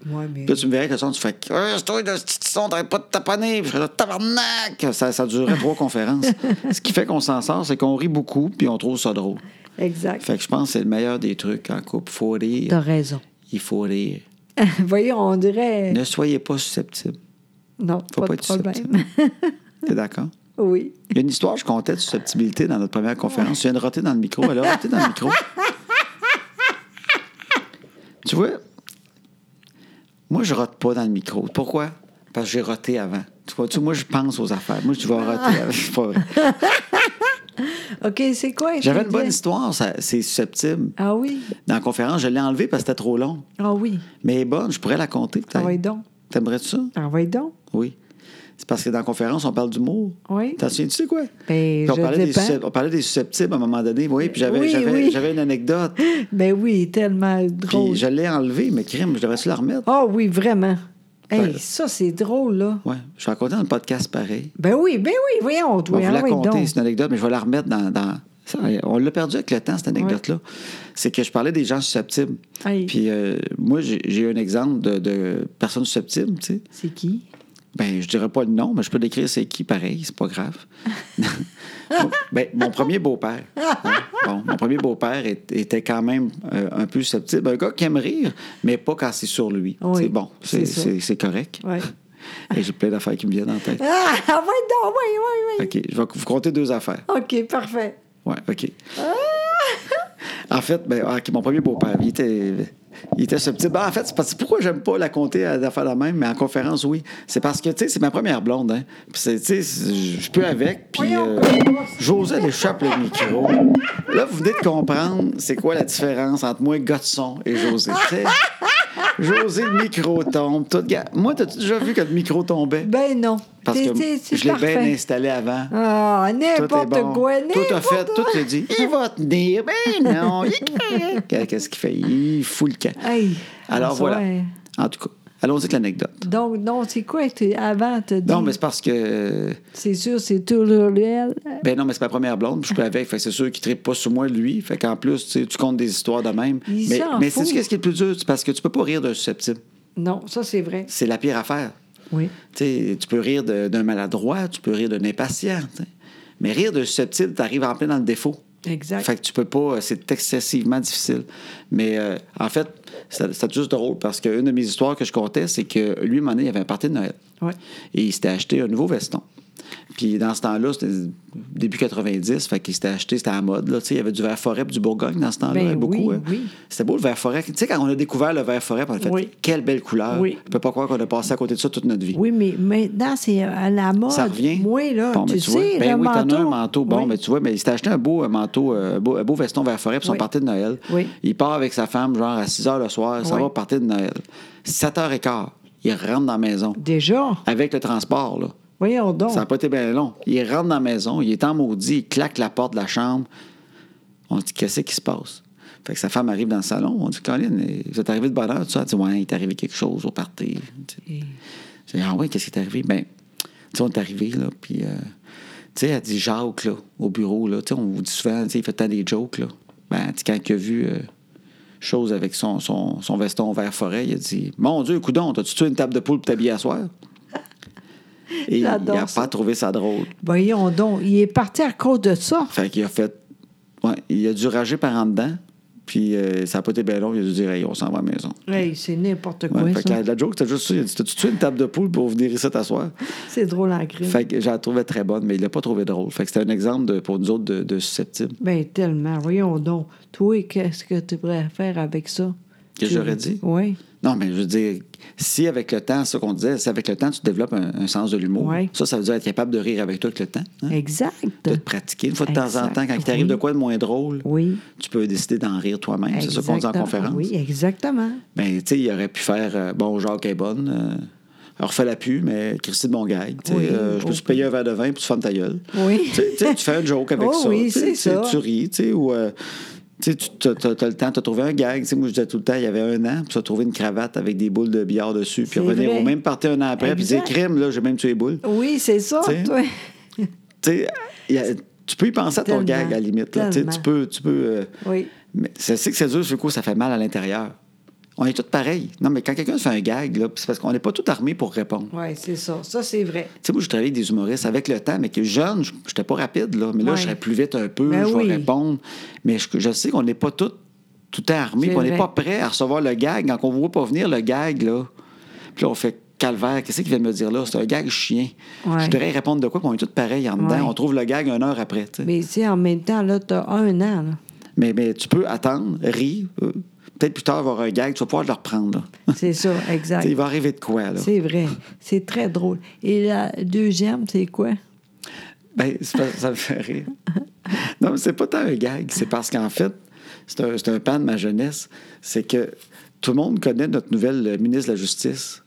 B: Ouais, mais...
A: Puis là, tu me verrais que le son, tu fais Hey, c'est toi, de ce petit son, t'arrêtes pas de taponner. Puis je serais là, tabarnak ça, ça durait trois conférences. Ce qui fait qu'on s'en sort, c'est qu'on rit beaucoup, puis on trouve ça drôle.
B: Exact.
A: Fait que je pense que c'est le meilleur des trucs en couple. Faut rire,
B: T'as raison.
A: il faut rire.
B: *laughs* Voyons, on dirait...
A: Ne soyez pas susceptible.
B: Non,
A: Faut
B: pas,
A: pas
B: de
A: être
B: problème.
A: susceptible. T'es d'accord?
B: *laughs* Oui.
A: Il y a une histoire que je contais de susceptibilité dans notre première conférence. Je viens de roter dans le micro. Elle a roté dans le micro. tu vois, moi, je rote pas dans le micro. Pourquoi? Parce que j'ai roté avant. Tu vois, tu, moi, je pense aux affaires. Moi, je vais roter avant. C'est pas vrai.
B: OK, c'est quoi?
A: J'avais une bonne
B: ingrédient?
A: histoire, ça- c'est susceptible.
B: Ah oui?
A: Dans la conférence, je l'ai enlevée parce que c'était trop long.
B: Ah oui.
A: Mais elle est bonne, je pourrais la compter peut-être.
B: Envoyez donc.
A: T'aimerais-tu ça?
B: Envoyez Ah, donc.
A: Oui. C'est parce que dans la conférence, on parle d'humour.
B: Oui.
A: T'en souviens-tu, c'est quoi?
B: Ben,
A: Puis on,
B: je
A: parlait des
B: dépends.
A: suscept- on parlait des susceptibles à un moment donné. Oui, puis j'avais
B: Oui,
A: j'avais-
B: oui.
A: j'avais une anecdote.
B: Ben oui, tellement drôle.
A: Puis je l'ai enlevée, mais crime, je devrais se la remettre.
B: Ah oui, vraiment. Hey,
A: Ben-
B: ça, c'est drôle, là.
A: Oui, je suis raconté dans le podcast pareil.
B: Ben oui, ben oui, voyons,
A: Je vais
B: toi.
A: vous la
B: envoyez
A: conter,
B: donc.
A: c'est une anecdote, mais je vais la remettre dans. dans- Ça, on l'a perdu avec le temps, cette anecdote-là. C'est que je parlais des gens susceptibles.
B: Aïe.
A: Puis euh, moi, j'ai j'ai eu un exemple de, de personne susceptible, tu sais.
B: C'est qui?
A: Ben, je dirais pas le nom, mais je peux décrire c'est qui pareil, c'est pas
B: *laughs*
A: grave. Bon, ben, mon premier beau-père. hein. Bon, mon premier beau-père est- était quand même euh, un peu susceptible. Un gars qui aime rire, mais pas quand c'est sur lui.
B: Oui,
A: C'est bon, c'est-
B: c'est ça.
A: c'est c'est correct.
B: Ouais. *laughs*
A: Et j'ai plein d'affaires qui me viennent en tête.
B: Ah, envoyez donc, oui, oui, oui.
A: OK, je vais vous compter deux affaires.
B: OK, parfait.
A: Ouais, OK. En fait, ben, ok, mon premier beau-père, il était, il était ce petit. Ben, en fait, c'est parce pourquoi j'aime pas la compter à la la même, mais en conférence, oui. C'est parce que, tu sais, c'est ma première blonde, hein. Puis, c'est- tu sais, c'est- je suis plus avec, puis euh, José échappe le micro. Là, vous venez de comprendre c'est quoi la différence entre moi, Godson, et José. tu sais. José, le micro tombe. Tout, ga- moi, t'as-tu déjà vu que le micro tombait?
B: Ben non.
A: Parce que
B: T'es- t'es- c'est
A: je l'ai bien
B: parfait.
A: installé avant.
B: Ah,
A: Tout est
B: n'importe
A: bon.
B: quoi,
A: Tout a
B: n'importe
A: fait, tout a
B: *laughs*
A: dit. Il va tenir. Ben non, il est correct. Qu'est-ce qu'il fait? Il fout le camp.
B: Hey,
A: Alors
B: ça,
A: voilà.
B: Ah, ouais.
A: En tout cas, allons-y avec l'anecdote.
B: Donc, non, c'est quoi t'es- avant, te dit?
A: Non, mais c'est parce que.
B: C'est sûr, c'est tout l'url.
A: Ben non, mais c'est ma première blonde, puis je suis avec. Fait que c'est sûr qu'il ne pas sur moi, lui. Fait qu'en plus, tu sais, tu comptes des histoires de même.
B: Il
A: mais
B: s'en
A: mais
B: fout.
A: c'est ce qui est le plus dur, c'est parce que tu peux pas rire d'un susceptible.
B: Non, ça, c'est vrai.
A: C'est la pire affaire.
B: Oui.
A: Tu sais, tu peux rire de- d'un maladroit, tu peux rire d'un impatient. tu sais. Mais rire d'un susceptible, tu arrives en plein dans le défaut.
B: Exact.
A: Fait que tu peux pas, euh, c'est excessivement difficile. Mais euh, en fait, ça- c'est juste drôle parce qu'une de mes histoires que je contais, c'est que lui, à un moment donné, il avait un party de Noël.
B: Ouais.
A: Et il s'était acheté un nouveau veston. Puis dans ce temps-là, c'était début 90, fait qu'il s'était acheté, c'était à la mode. Là, Tu sais, il y avait du vert forêt puis du Bourgogne dans ce temps-là,
B: Ben
A: beaucoup.
B: oui,
A: hein.
B: oui.
A: C'était beau le vert forêt. Tu sais, quand on a découvert le vert forêt, on a fait
B: Oui.
A: quelle belle couleur.
B: Oui.
A: Je peux pas croire qu'on a passé à côté de ça toute notre vie.
B: Oui, mais maintenant, c'est à la mode.
A: Ça revient.
B: Oui, Ah, là,
A: Bon, ben,
B: tu,
A: vois.
B: sais,
A: Ben
B: le
A: oui,
B: manteau.
A: t'en as un manteau. Bon,
B: Oui.
A: mais tu vois, mais il s'est acheté un beau euh, manteau, euh, beau- un beau veston vert forêt pour son
B: Oui.
A: party de Noël.
B: Oui.
A: Il part avec sa femme, genre à 6 h le soir, ça
B: Oui.
A: va au party de Noël. 7h15, il rentre dans la maison.
B: Déjà,
A: Avec le transport, là.
B: voyons donc.
A: Ça n'a pas été bien long. Il rentre dans la maison, il est en maudit, il claque la porte de la chambre. On dit Qu'est-ce qui se passe Fait que sa femme arrive dans le salon. On dit Colin, euh, vous êtes arrivé de bonne heure, tout ça. Elle dit Ouais, il est arrivé quelque chose au party. Tu sais. J'ai dit, ah ouais, qu'est-ce qui est arrivé? Ben, tu sais, on est arrivé, là, puis, euh, tu sais, elle dit Jacques, là, au bureau, là, tu sais, on vous dit souvent, tu sais, il fait tant des jokes, là. Ben, tu sais, quand il a vu euh, chose avec son, son, son veston vert forêt, il a dit, mon Dieu, coudon, t'as-tu tué une table de poule pour t'habiller à soir? Et il n'a
B: J'adore
A: pas
B: ça.
A: trouvé ça drôle.
B: Voyons donc. Il est parti à cause de ça.
A: Fait qu'il a fait, ouais, il a dû rager par en dedans, puis euh, ça n'a pas été bien long, il a dû dire, hey, on s'en va à la maison.
B: Hey, c'est n'importe quoi,
A: Ouais, fait que
B: ça.
A: la, la joke, c'était juste ça. Il a dit, t'as-tu tué une table de poule pour venir ici t'asseoir?
B: C'est drôle en crime.
A: Fait que je la trouvais très bonne, mais il l'a pas trouvé drôle. Fait que c'était un exemple de- pour nous autres de, de susceptible.
B: Ben tellement. Voyons donc. Toi, qu'est-ce que tu pourrais faire avec ça?
A: Que j'aurais dit?
B: Oui.
A: Non, mais je veux dire, si avec le temps, ce qu'on disait, si avec le temps, tu développes un, un sens de l'humour,
B: Ouais.
A: ça, ça veut dire être capable de rire avec toi avec le temps. hein?
B: Exact.
A: De te pratiquer une fois de temps en
B: Exact.
A: temps. Quand il t'arrive
B: Oui.
A: de quoi de moins drôle,
B: Oui.
A: tu peux décider d'en rire toi-même. C'est ça qu'on dit en
B: Exactement.
A: conférence.
B: Oui, exactement.
A: Ben, tu sais, il aurait pu faire euh, Bon, Jacques est bonne. euh, elle refait la pu, mais Christy de Bongag. tu sais,
B: Oui,
A: euh, je peux te
B: au-
A: payer un verre de vin puis tu fermes ta gueule.
B: Oui.
A: *laughs* Tu sais, tu sais, tu fais un joke avec
B: Oh
A: ça.
B: oui,
A: tu sais,
B: c'est
A: tu sais,
B: ça.
A: Tu ris, tu sais, ou. euh, tu sais, tu as, le temps, tu as trouvé un gag. Tu sais, moi, je disais tout le temps, il y avait un an, puis tu as trouvé une cravate avec des boules de billard dessus, puis
B: C'est
A: revenir
B: vrai.
A: au même party un an après, puis dire
B: Exact.
A: crime, là, j'ai même tué les boules.
B: Oui, c'est ça,
A: Tu sais,
B: toi.
A: Tu sais, il y a- tu peux y penser à ton
B: Tellement,
A: gag, à la limite. Là, tu sais, tu
B: tellement.
A: peux. Tu peux euh,
B: Oui.
A: mais c'est c'est que c'est dur, sur le coup, ça fait mal à l'intérieur. On est tous pareils. Non, mais quand quelqu'un se fait un gag, là, puis c'est parce qu'on n'est pas tous armés pour répondre.
B: Oui, c'est ça. Ça, c'est vrai.
A: Tu sais, moi, je travaillais avec des humoristes avec le temps, mais que jeune, je n'étais pas rapide, là. Mais là,
B: Ouais.
A: je serais plus vite un peu,
B: Ben
A: je vais
B: oui.
A: répondre. Mais je, je sais qu'on n'est pas tout, tout le temps armé,
B: C'est
A: qu'on n'est
B: vrai.
A: pas prêt à recevoir le gag. Quand on ne voit pas venir le gag, là. Puis là, on fait calvaire, qu'est-ce qu'il vient de me dire là? C'est un gag chien.
B: Ouais.
A: Je voudrais répondre de quoi, puis on est tous pareils en dedans.
B: Ouais.
A: On trouve le gag une heure après. tu sais.
B: Mais tu sais, en même temps, là, t'as un an, là.
A: Mais, mais tu peux attendre, rire. euh, Peut-être plus tard, avoir un gag, tu vas pouvoir le reprendre. là.
B: C'est ça,
A: Tu sais,
B: exact.
A: Il va arriver de quoi, là?
B: C'est vrai. C'est très drôle. Et la deuxième, c'est quoi?
A: Ben, c'est parce que ça me fait rire. Non, mais c'est pas tant un gag. C'est parce qu'en fait, c'est un, c'est un pan de ma jeunesse. C'est que tout le monde connaît notre nouvelle euh, ministre de la Justice,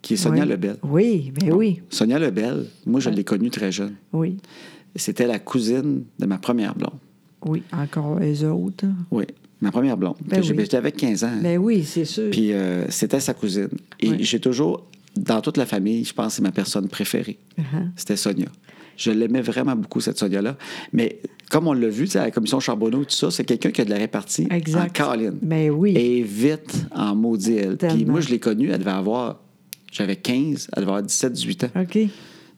A: qui est Sonia
B: Oui.
A: Lebel.
B: Oui, mais oui.
A: Sonia Lebel, moi, je l'ai connue très jeune.
B: Oui.
A: C'était la cousine de ma première blonde.
B: Oui, encore les autres. hein.
A: Oui, ma première blonde.
B: Ben
A: Que j'ai-
B: oui.
A: ben, J'étais avec 15 ans. hein.
B: Ben oui, c'est sûr.
A: Puis euh, c'était sa cousine. Et
B: Oui.
A: j'ai toujours, dans toute la famille, je pense que c'est ma personne préférée.
B: Uh-huh.
A: C'était Sonia. Je l'aimais vraiment beaucoup, cette Sonia-là. Mais comme on l'a vu, tu sais, à la commission Charbonneau, tout ça, c'est quelqu'un qui a de la répartie en
B: Exact.
A: colline.
B: Ben oui.
A: Et vite en maudit, elle. Puis
B: Tellement.
A: moi, je l'ai connue, elle devait avoir... J'avais 15, elle devait avoir 17, 18 ans,
B: OK.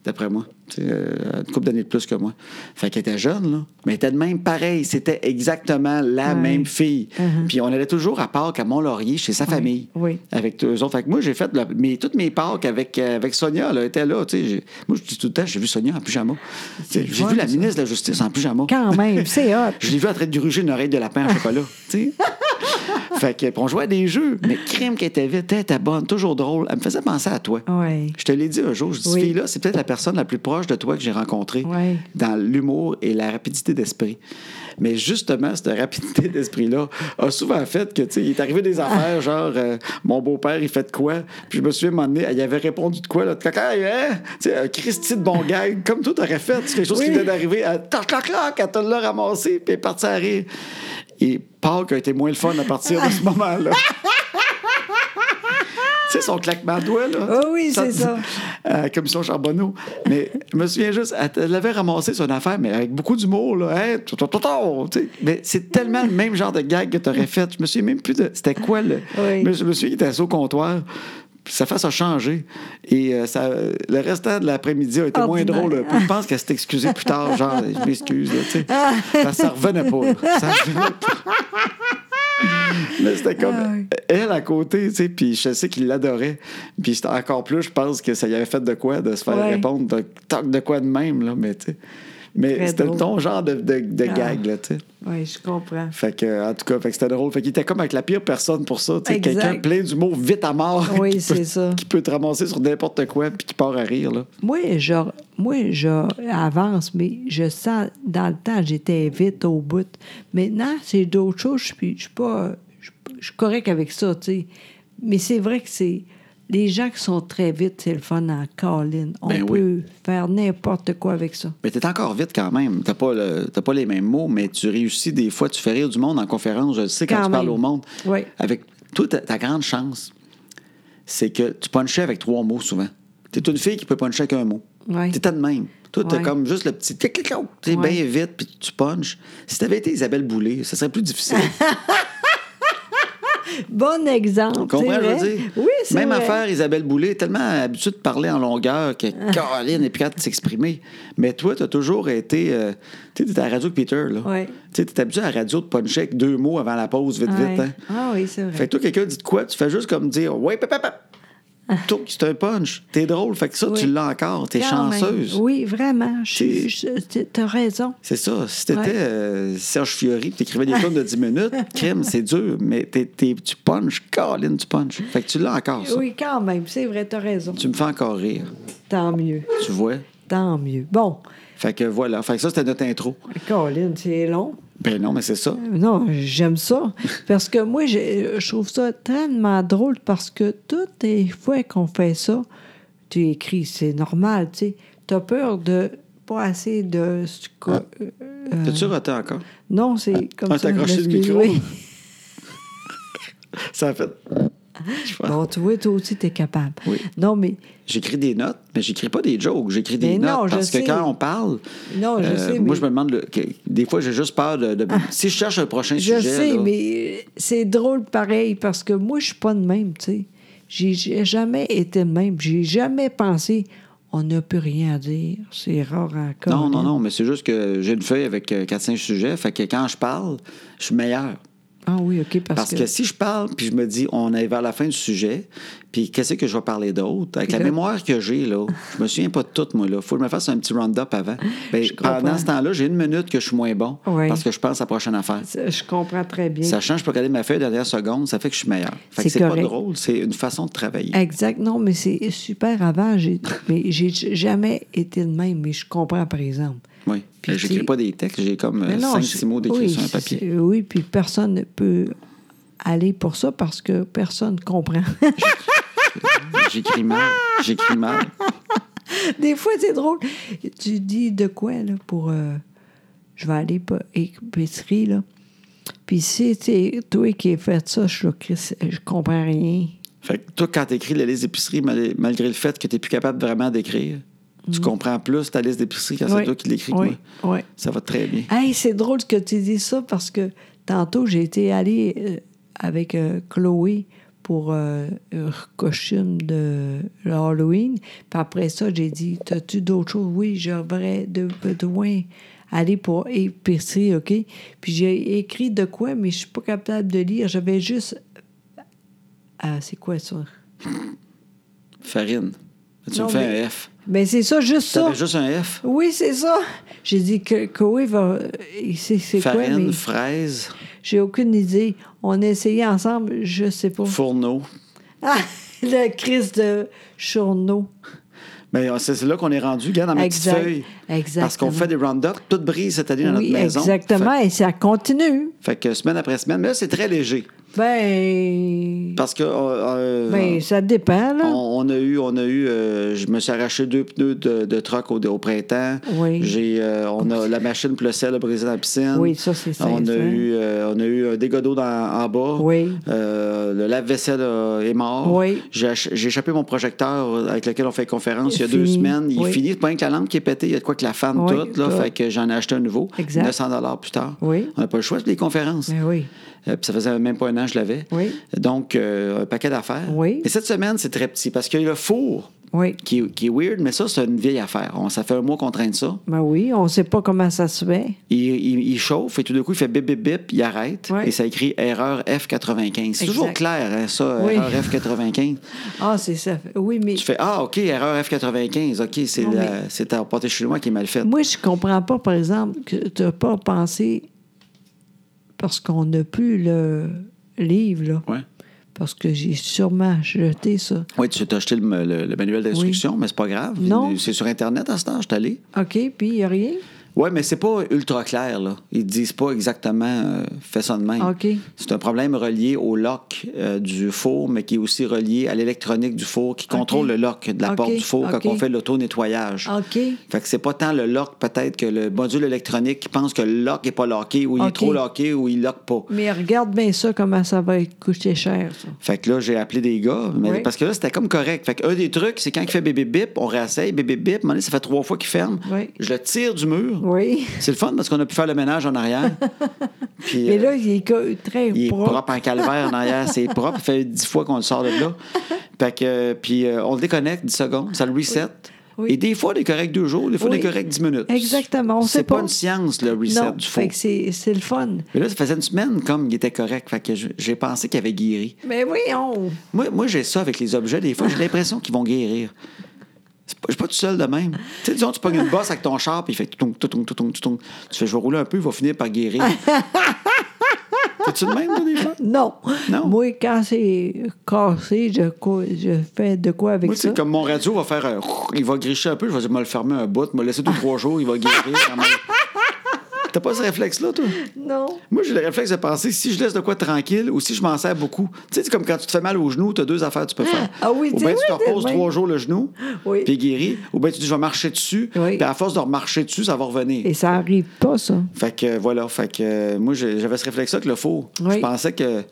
A: d'après moi. Tu sais, euh, une couple d'années de plus que moi. Fait qu'elle était jeune, là. Mais elle était de même pareil. C'était exactement la
B: Ouais.
A: même fille.
B: Uh-huh.
A: Puis on allait toujours à Pâques à Mont-Laurier chez sa famille
B: Oui.
A: avec eux autres. Fait que moi, j'ai fait la- mes- toutes mes parcs avec, euh, avec Sonia. Là, elle était là. tu sais, j'ai- Moi, je dis tout le temps, j'ai vu Sonia en pyjama. Tu sais, J'ai
B: fun,
A: vu la
B: ça.
A: ministre de la Justice en pyjama.
B: Quand même, c'est hot.
A: *laughs* Je l'ai vu en train de gruger une oreille de lapin en chocolat.
B: *laughs*
A: tu sais. fait que, puis on jouait à des jeux. Mais crime qu'elle était vite, elle était bonne, toujours drôle. Elle me faisait penser à toi.
B: Oui.
A: Je te l'ai dit un jour, je dis,
B: Oui.
A: fille-là, c'est peut-être la personne la plus proche de toi que j'ai rencontrée
B: Ouais.
A: dans l'humour et la rapidité d'esprit. Mais justement, cette rapidité *laughs* d'esprit-là a souvent fait que, tu sais, il est arrivé
B: Ah.
A: des affaires, genre, euh, mon beau-père, il fait de quoi? Puis je me souviens, à un moment donné, il avait répondu de quoi, là, de caca, hein? Tu sais, un Christy de bon gag, comme toi, t'aurais fait, c'est quelque chose qui
B: Oui.
A: vient d'arriver, euh, à toc, toc, toc, elle te l'a ramassé, puis elle est partie à rire. Et Pâques a été moins le fun à partir
B: *laughs*
A: de ce moment-là. Tu sais, son claquement de doigts, là.
B: Ah oui, c'est ça.
A: À la commission Charbonneau. Mais je me souviens juste, elle- elle avait ramassé son affaire, mais avec beaucoup d'humour, là. Hein, tout, tout, tout, tout, tu sais. Mais c'est tellement le même genre de gag que tu aurais fait. Je me souviens même plus de. C'était quoi, le.
B: Oui.
A: Mais je me souviens qu'il était assis au comptoir. Puis Sa face a changé. Et euh, ça, le restant de l'après-midi a été moins
B: Ordinaire.
A: drôle. là. Puis je pense qu'elle s'est excusée plus tard, genre, je m'excuse, là, tu
B: *laughs*
A: sais. Parce que ça revenait pas. là. Ça revenait pas. Mais c'était comme
B: Ah oui.
A: elle à côté, tu sais, puis je sais qu'il l'adorait. Puis c'était encore plus, je pense que ça y avait fait de quoi de se faire
B: Ouais.
A: répondre de toc de quoi de même, là, mais tu sais. Mais
B: Très
A: c'était
B: drôle.
A: ton genre de, de, de
B: Ah.
A: gag, là, tu sais.
B: Oui, je
A: *laughs*
B: comprends.
A: Fait que, en tout cas, fait que c'était drôle. Fait qu'il était comme avec la pire personne pour ça, tu sais.
B: Exact.
A: Quelqu'un plein d'humour vite à mort.
B: Oui,
A: qui peut-
B: c'est ça.
A: Qui peut te ramasser sur n'importe quoi, puis qui part à rire, là.
B: Moi, je, moi, je avance, mais je sens, dans le temps, j'étais vite au bout. Maintenant, c'est d'autres choses, je suis- je suis pas. Je je suis correct avec ça, tu sais. Mais c'est vrai que c'est. Les gens qui sont très vite, c'est le fun en colline. On
A: Ben oui.
B: peut faire n'importe quoi avec ça.
A: Mais t'es encore vite quand même. T'as pas, le- t'as pas les mêmes mots, mais tu réussis des fois. Tu fais rire du monde en conférence. Je le sais quand,
B: Quand
A: tu parles
B: même.
A: au monde.
B: Oui.
A: Avec toi, ta, ta grande chance, c'est que tu punchais avec trois mots souvent. T'es une fille qui peut puncher avec un mot.
B: Oui.
A: T'étais de même. Toi, t'as
B: Ouais.
A: comme juste le petit tic tic Tu
B: Ouais.
A: bien vite, puis tu punches. Si t'avais été Isabelle Boulay, ça serait plus
B: *laughs*
A: difficile.
B: Bon exemple.
A: Tu comprends,
B: c'est
A: je veux
B: vrai.
A: dire?
B: Oui, c'est
A: Même
B: vrai.
A: affaire, Isabelle Boulay, tellement habituée de parler en longueur que
B: Ah.
A: Caroline est plus capable de s'exprimer. Mais toi, tu as toujours été. euh, tu sais, t'étais à la radio de Peter, là.
B: Ouais.
A: Tu es habitué à la radio de puncher avec deux mots avant la pause, vite,
B: Ouais.
A: vite. Hein?
B: Ah oui, c'est vrai.
A: Fait que toi, quelqu'un dit de quoi, tu fais juste comme dire Ouais, pap, pap, pap. Tout, c'est un punch. T'es drôle. Fait que ça,
B: Ah. Oui.
A: tu l'as encore. T'es
B: Quand même.
A: chanceuse.
B: Oui, vraiment.
A: C'est-
B: Je- je- tu- T'as raison.
A: C'est ça. Si t'étais
B: Ouais.
A: euh, Serge Fiori, tu écrivais des tonnes de 10 minutes, crime, c'est dur, mais t'es- t'es- tu punches, Caroline, tu punches. Fait que tu l'as encore, ça.
B: Oui, quand même. C'est vrai, t'as raison.
A: Tu me fais encore rire.
B: Tant mieux.
A: Tu vois?
B: Tant mieux. Bon,
A: Fait que voilà. Fait que ça, c'était notre intro.
B: Colin, c'est long.
A: Ben non, mais c'est ça.
B: Non, j'aime ça. Parce que moi, je, je trouve ça tellement drôle parce que toutes les fois qu'on fait ça, tu écris, c'est normal, tu sais. T'as peur de pas assez de... ce que- euh, euh,
A: T'as-tu raté encore?
B: non, c'est comme
A: Ah,
B: ça.
A: t'as accroché le
B: excuse-
A: micro?
B: oui.
A: *laughs* Ça a fait. Je sais pas.
B: Bon, tu vois, toi aussi, t'es capable.
A: Oui.
B: Non, mais...
A: J'écris des notes, mais j'écris pas des jokes. J'écris des
B: Mais
A: notes
B: non, je
A: parce que
B: sais.
A: quand on parle,
B: Non, je
A: euh,
B: sais,
A: moi,
B: mais- Ah.
A: je me demande. le- que- des fois, j'ai juste peur de. de- si je cherche un prochain
B: Je
A: sujet.
B: sais,
A: là,
B: mais euh, c'est drôle pareil parce que moi, je suis pas de même, tu sais. J'ai- J'ai jamais été de même. J'ai jamais pensé, on n'a plus rien à dire. C'est rare encore. hein.
A: Non, non, non, mais c'est juste que j'ai une feuille avec euh, 4-5 sujets, fait que quand je parle, je suis meilleur.
B: Ah oui, OK, parce,
A: Parce que... si je parle, puis je me dis, on est vers la fin du sujet, puis qu'est-ce que je vais parler d'autre? Avec
B: Puis
A: la
B: là-
A: mémoire que j'ai, là, je me souviens pas de tout, moi, là. Faut que je me fasse un petit round-up avant. Ben,
B: Je comprends.
A: pendant ce temps-là, j'ai une minute que je suis moins bon
B: Oui.
A: parce que je pense à la prochaine affaire.
B: Ça, Je comprends très bien.
A: Sachant que je peux regarder ma feuille de dernière seconde, ça fait que je suis meilleur. Fait que c'est
B: C'est
A: pas
B: correct.
A: drôle, c'est une façon de travailler.
B: Exact. Non, mais c'est super avant. J'ai, mais j'ai jamais été de même, mais je comprends, par exemple.
A: Oui.
B: Puis
A: Ben, J'écris
B: tu-
A: pas des textes, j'ai comme
B: Mais non,
A: 5-6
B: je-
A: Euh, mots d'écrits
B: oui,
A: sur un
B: c'est-
A: papier.
B: c'est- Oui, puis personne ne peut aller pour ça parce que personne ne comprend.
A: J'écris mal. J'écris mal.
B: Des fois, c'est drôle. Tu dis de quoi, là, pour... euh, je vais aller pour épicerie, là. Puis si c'est toi qui as fait ça, je, suis là, Chris, je comprends rien.
A: Fait que toi, quand t'écris la liste d'épicerie, mal- malgré le fait que t'es plus capable vraiment d'écrire, tu comprends plus ta liste d'épicerie quand Ah, c'est
B: Mm-hmm. Oui,
A: toi qui l'écris que
B: oui,
A: moi.
B: Oui.
A: Ça va très bien.
B: Hey, c'est drôle que tu dis ça parce que tantôt, j'ai été allée euh, avec euh, Chloé pour euh, un costume de Halloween. Puis après ça, j'ai dit T'as-tu d'autres choses Oui, j'aurais de besoin aller pour épicerie, OK Puis j'ai écrit de quoi, mais je suis pas capable de lire. J'avais juste. Ah, c'est quoi ça
A: Farine. Tu
B: Non,
A: me fais
B: mais-
A: un F.
B: Ben, c'est ça, juste ça.
A: T'avais juste un F.
B: Oui, c'est ça. J'ai dit que Chloé va. C'est c'est quoi
A: Farine,
B: mais-
A: fraise,
B: J'ai aucune idée. On a essayé ensemble, je sais pas.
A: fourneau.
B: Ah, *laughs* le crise de Chourneau.
A: Mais euh, c'est c'est là qu'on est rendu, regarde, dans mes petites
B: Exact.
A: feuilles. Parce
B: Exactement.
A: qu'on fait des round-ups, toute brise cette année dans
B: oui,
A: notre maison.
B: exactement, et ça continue.
A: Fait, fait que semaine après semaine, mais là, c'est très léger.
B: Ben,
A: Parce que. euh, euh,
B: ben ça dépend, là.
A: On, on a eu, on a eu, euh, je me suis arraché deux pneus de, de truck au, au printemps.
B: Oui.
A: J'ai, euh, on a la machine plus le sel a brisé dans la piscine.
B: Oui, ça, c'est ça,
A: On
B: ça.
A: a eu, euh, on a eu un dégât d'eau dans- en bas.
B: Oui.
A: Euh, le lave-vaisselle euh, est mort.
B: Oui.
A: J'ai, ach- j'ai échappé mon projecteur avec lequel on fait conférence il y a
B: Fini.
A: deux semaines. Il
B: Oui.
A: est fini. C'est pas rien que la lampe qui est pétée. Il y a de quoi que la fan
B: Oui,
A: toute. Là,
B: tout.
A: Fait que j'en ai acheté un nouveau.
B: Exact.
A: 900 plus tard.
B: Oui.
A: On n'a pas le choix, c'est des conférences.
B: Ben oui.
A: Euh, puis ça faisait même pas un an que je l'avais.
B: Oui.
A: Donc, euh, un paquet d'affaires.
B: Oui.
A: Et cette semaine, c'est très petit parce qu'il y a le four
B: Oui.
A: qui, est- qui est weird, mais ça, c'est une vieille affaire. On- ça fait un mois qu'on traîne ça.
B: Ben oui, on sait pas comment ça se fait.
A: Il, il- il chauffe et tout d'un coup, il fait bip, bip, bip, il arrête.
B: Oui.
A: Et ça écrit erreur F95. C'est
B: Exact.
A: toujours clair, hein, ça,
B: Oui.
A: erreur F95.
B: *laughs* Ah, c'est ça. Oui, mais
A: Tu fais Ah, OK, erreur F95. OK, c'est
B: Non,
A: la-
B: mais-
A: c'est ta portée chez moi qui est mal faite.
B: moi, je comprends pas, par exemple, que tu n'as pas pensé parce qu'on n'a plus le livre, là.
A: Ouais.
B: Parce que j'ai sûrement jeté ça.
A: Oui, tu as acheté le, le- le manuel d'instruction, mais c'est pas grave.
B: Non.
A: C'est sur Internet à ce temps, je suis allé.
B: OK, puis il n'y a rien?
A: Oui, mais c'est pas ultra clair, là. Ils disent pas exactement euh, fais ça de même.
B: OK.
A: C'est un problème relié au lock euh, du four, mais qui est aussi relié à l'électronique du four qui contrôle le lock de la
B: OK,
A: porte du four
B: OK. Ah.
A: quand on fait l'auto-nettoyage.
B: OK.
A: Fait que c'est pas tant le lock, peut-être, que le module électronique qui pense que le lock est pas locké ou il
B: OK.
A: est trop locké ou il lock pas.
B: Mais regarde bien ça, comment ça va être coûter cher, ça.
A: Fait que là, j'ai appelé des gars, mais
B: Oui.
A: parce que là, c'était comme correct. Fait que un des trucs, c'est quand il fait bébé bip, on réessaye, bébé bip, à un moment donné, ça fait trois fois qu'il ferme.
B: Oui.
A: Je le tire du mur.
B: Oui.
A: C'est le fun parce qu'on a pu faire le ménage en
B: *laughs*
A: arrière. Puis,
B: Mais
A: euh,
B: là, il est co- très
A: il est
B: propre.
A: propre, en calvaire en arrière,
B: *laughs*
A: c'est propre. Ça fait dix fois qu'on le sort de là. Fait que, euh, puis euh, on le déconnecte 10 secondes, ça le reset.
B: Oui.
A: Et des fois, on est correct deux jours, des fois,
B: Oui.
A: on est correct 10 minutes.
B: Exactement, on sait
A: C'est pas
B: pas.
A: une science, le reset
B: non,
A: du faux.
B: fait que c'est c'est le fun.
A: Mais là, ça faisait une semaine comme il était correct. Fait que je- j'ai pensé qu'il avait guéri.
B: Mais oui, on...
A: Moi, moi j'ai ça avec les objets. Des fois, j'ai l'impression qu'ils vont guérir. C'est pas- Je suis pas tout seul de même. Tu sais, disons, tu pognes une bosse avec ton char, puis il fait tout tout tout tout tout Tu fais, je vais rouler un peu, il va finir par *laughs* guérir. T'es-tu de même, toi, des fois?
B: Non.
A: Non.
B: Moi, quand c'est cassé, je, co- je fais de quoi avec
A: Moi,
B: ça?
A: c'est comme mon radio va faire un... Il va gricher un peu, je vais dire, me le fermer un bout, me laisser deux, trois jours, il va guérir quand même. T'as pas ce réflexe-là, toi?
B: Non.
A: Moi, j'ai le réflexe de penser si je laisse de quoi tranquille ou si je m'en sers beaucoup. Tu sais, c'est comme quand tu te fais mal au genou, tu as deux affaires que tu peux faire.
B: Ah oui,
A: Ou
B: tu-
A: bien
B: oui,
A: tu te
B: t'es
A: reposes
B: bien.
A: trois jours le genou,
B: Oui.
A: puis guéri. Ou bien tu dis je vais marcher dessus,
B: Oui.
A: puis à force de remarcher dessus, ça va revenir.
B: Et ça arrive pas, ça.
A: Fait que euh, voilà, fait que euh, moi, j'ai- j'avais ce réflexe-là que le faux.
B: Oui.
A: Je pensais que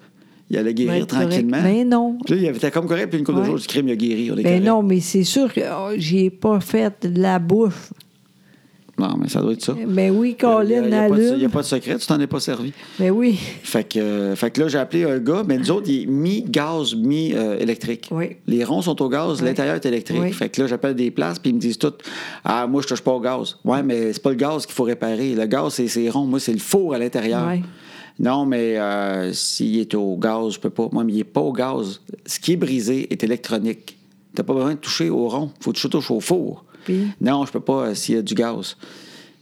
A: il allait
B: Ben,
A: guérir
B: c'est correct.
A: tranquillement.
B: Mais non.
A: Puis là, il était comme correct, puis une couple
B: Oui.
A: de jours, du crime, il a guéri. On est
B: Ben
A: correct.
B: non, mais c'est sûr que oh, j'ai pas fait de la bouffe.
A: Non, mais ça doit être ça.
B: Mais
A: Il
B: oui,
A: n'y
B: Colin,
A: a, pas de- il y a
B: allume.
A: pas de secret, tu t'en es pas servi.
B: Mais oui.
A: Fait que, euh, fait que là, j'ai appelé un gars, mais nous autres, il est mi-gaz, mi-électrique.
B: Oui.
A: Les ronds sont au gaz, l'intérieur est électrique.
B: Oui.
A: Fait que là, j'appelle des places, puis ils me disent tout Ah, moi, je touche pas au gaz. Ouais, mais c'est pas le gaz qu'il faut réparer. Le gaz, c'est c'est rond. Moi, c'est le four à l'intérieur.
B: Ouais.
A: Non, mais euh, s'il est au gaz, je peux pas. Moi, mais il n'est pas au gaz. Ce qui est brisé est électronique. Tu n'as pas besoin de toucher au rond. Il faut toucher au chauffe-four.
B: Puis?
A: Non, je peux pas euh, s'il y a du gaz.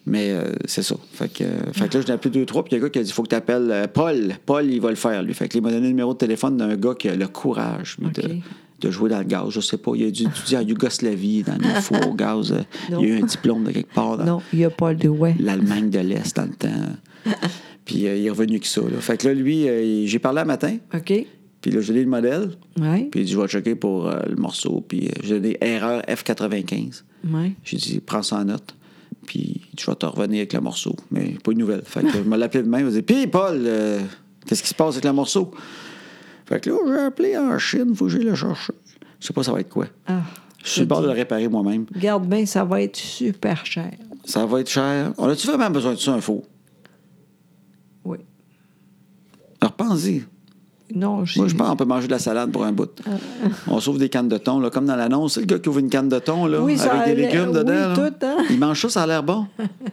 A: Mais euh, c'est ça. Fait que, euh, fait que là, j'en ai appelé deux, trois. Puis il y a un gars qui a dit faut que tu appelles Paul. Paul, il va le faire, lui. Fait que, là, il m'a donné le numéro de téléphone d'un gars qui a le courage, lui, de-
B: OK.
A: de, jouer dans le gaz. Je sais pas. Il a dû étudier en Yougoslavie, dans
B: *laughs*
A: les fours au gaz. Euh, Il y a eu un diplôme de quelque part. dans-
B: Non, il n'y a pas le doigt.
A: l'Allemagne de l'Est dans le temps. Puis euh, il est revenu que ça. là. Fait que là, lui, euh, il- j'ai parlé un matin,
B: OK?
A: puis là, j'ai lu le modèle,
B: Oui.
A: puis il dit, je vais checker pour euh, le morceau, puis euh, j'ai donné erreur F95.
B: Oui.
A: J'ai dit, prends ça en note, puis il dit, je vais te revenir avec le morceau. Mais pas une nouvelle. Fait que je me l'appelais demain, il m'a dit, puis Paul, euh, qu'est-ce qui se passe avec le morceau? Fait que là, j'ai appelé en Chine, faut que j'aille le chercher. Je sais pas ça va être quoi.
B: Ah,
A: Je suis sur le bord de le réparer moi-même.
B: Regarde bien, ça va être super cher.
A: Ça va être cher. On a-tu vraiment besoin de ça, un faux?
B: Oui.
A: Alors, pense-y.
B: Non, je.
A: Moi, je pense qu'on peut manger de la salade pour un bout.
B: Euh.
A: On sauve des cannes de thon, là, comme dans l'annonce. Le gars qui ouvre une canne de thon là,
B: Oui, ça a
A: avec des
B: l'air-
A: légumes
B: oui,
A: dedans. là.
B: tout, hein.
A: Il mange ça, ça a l'air
B: *laughs*
A: bon.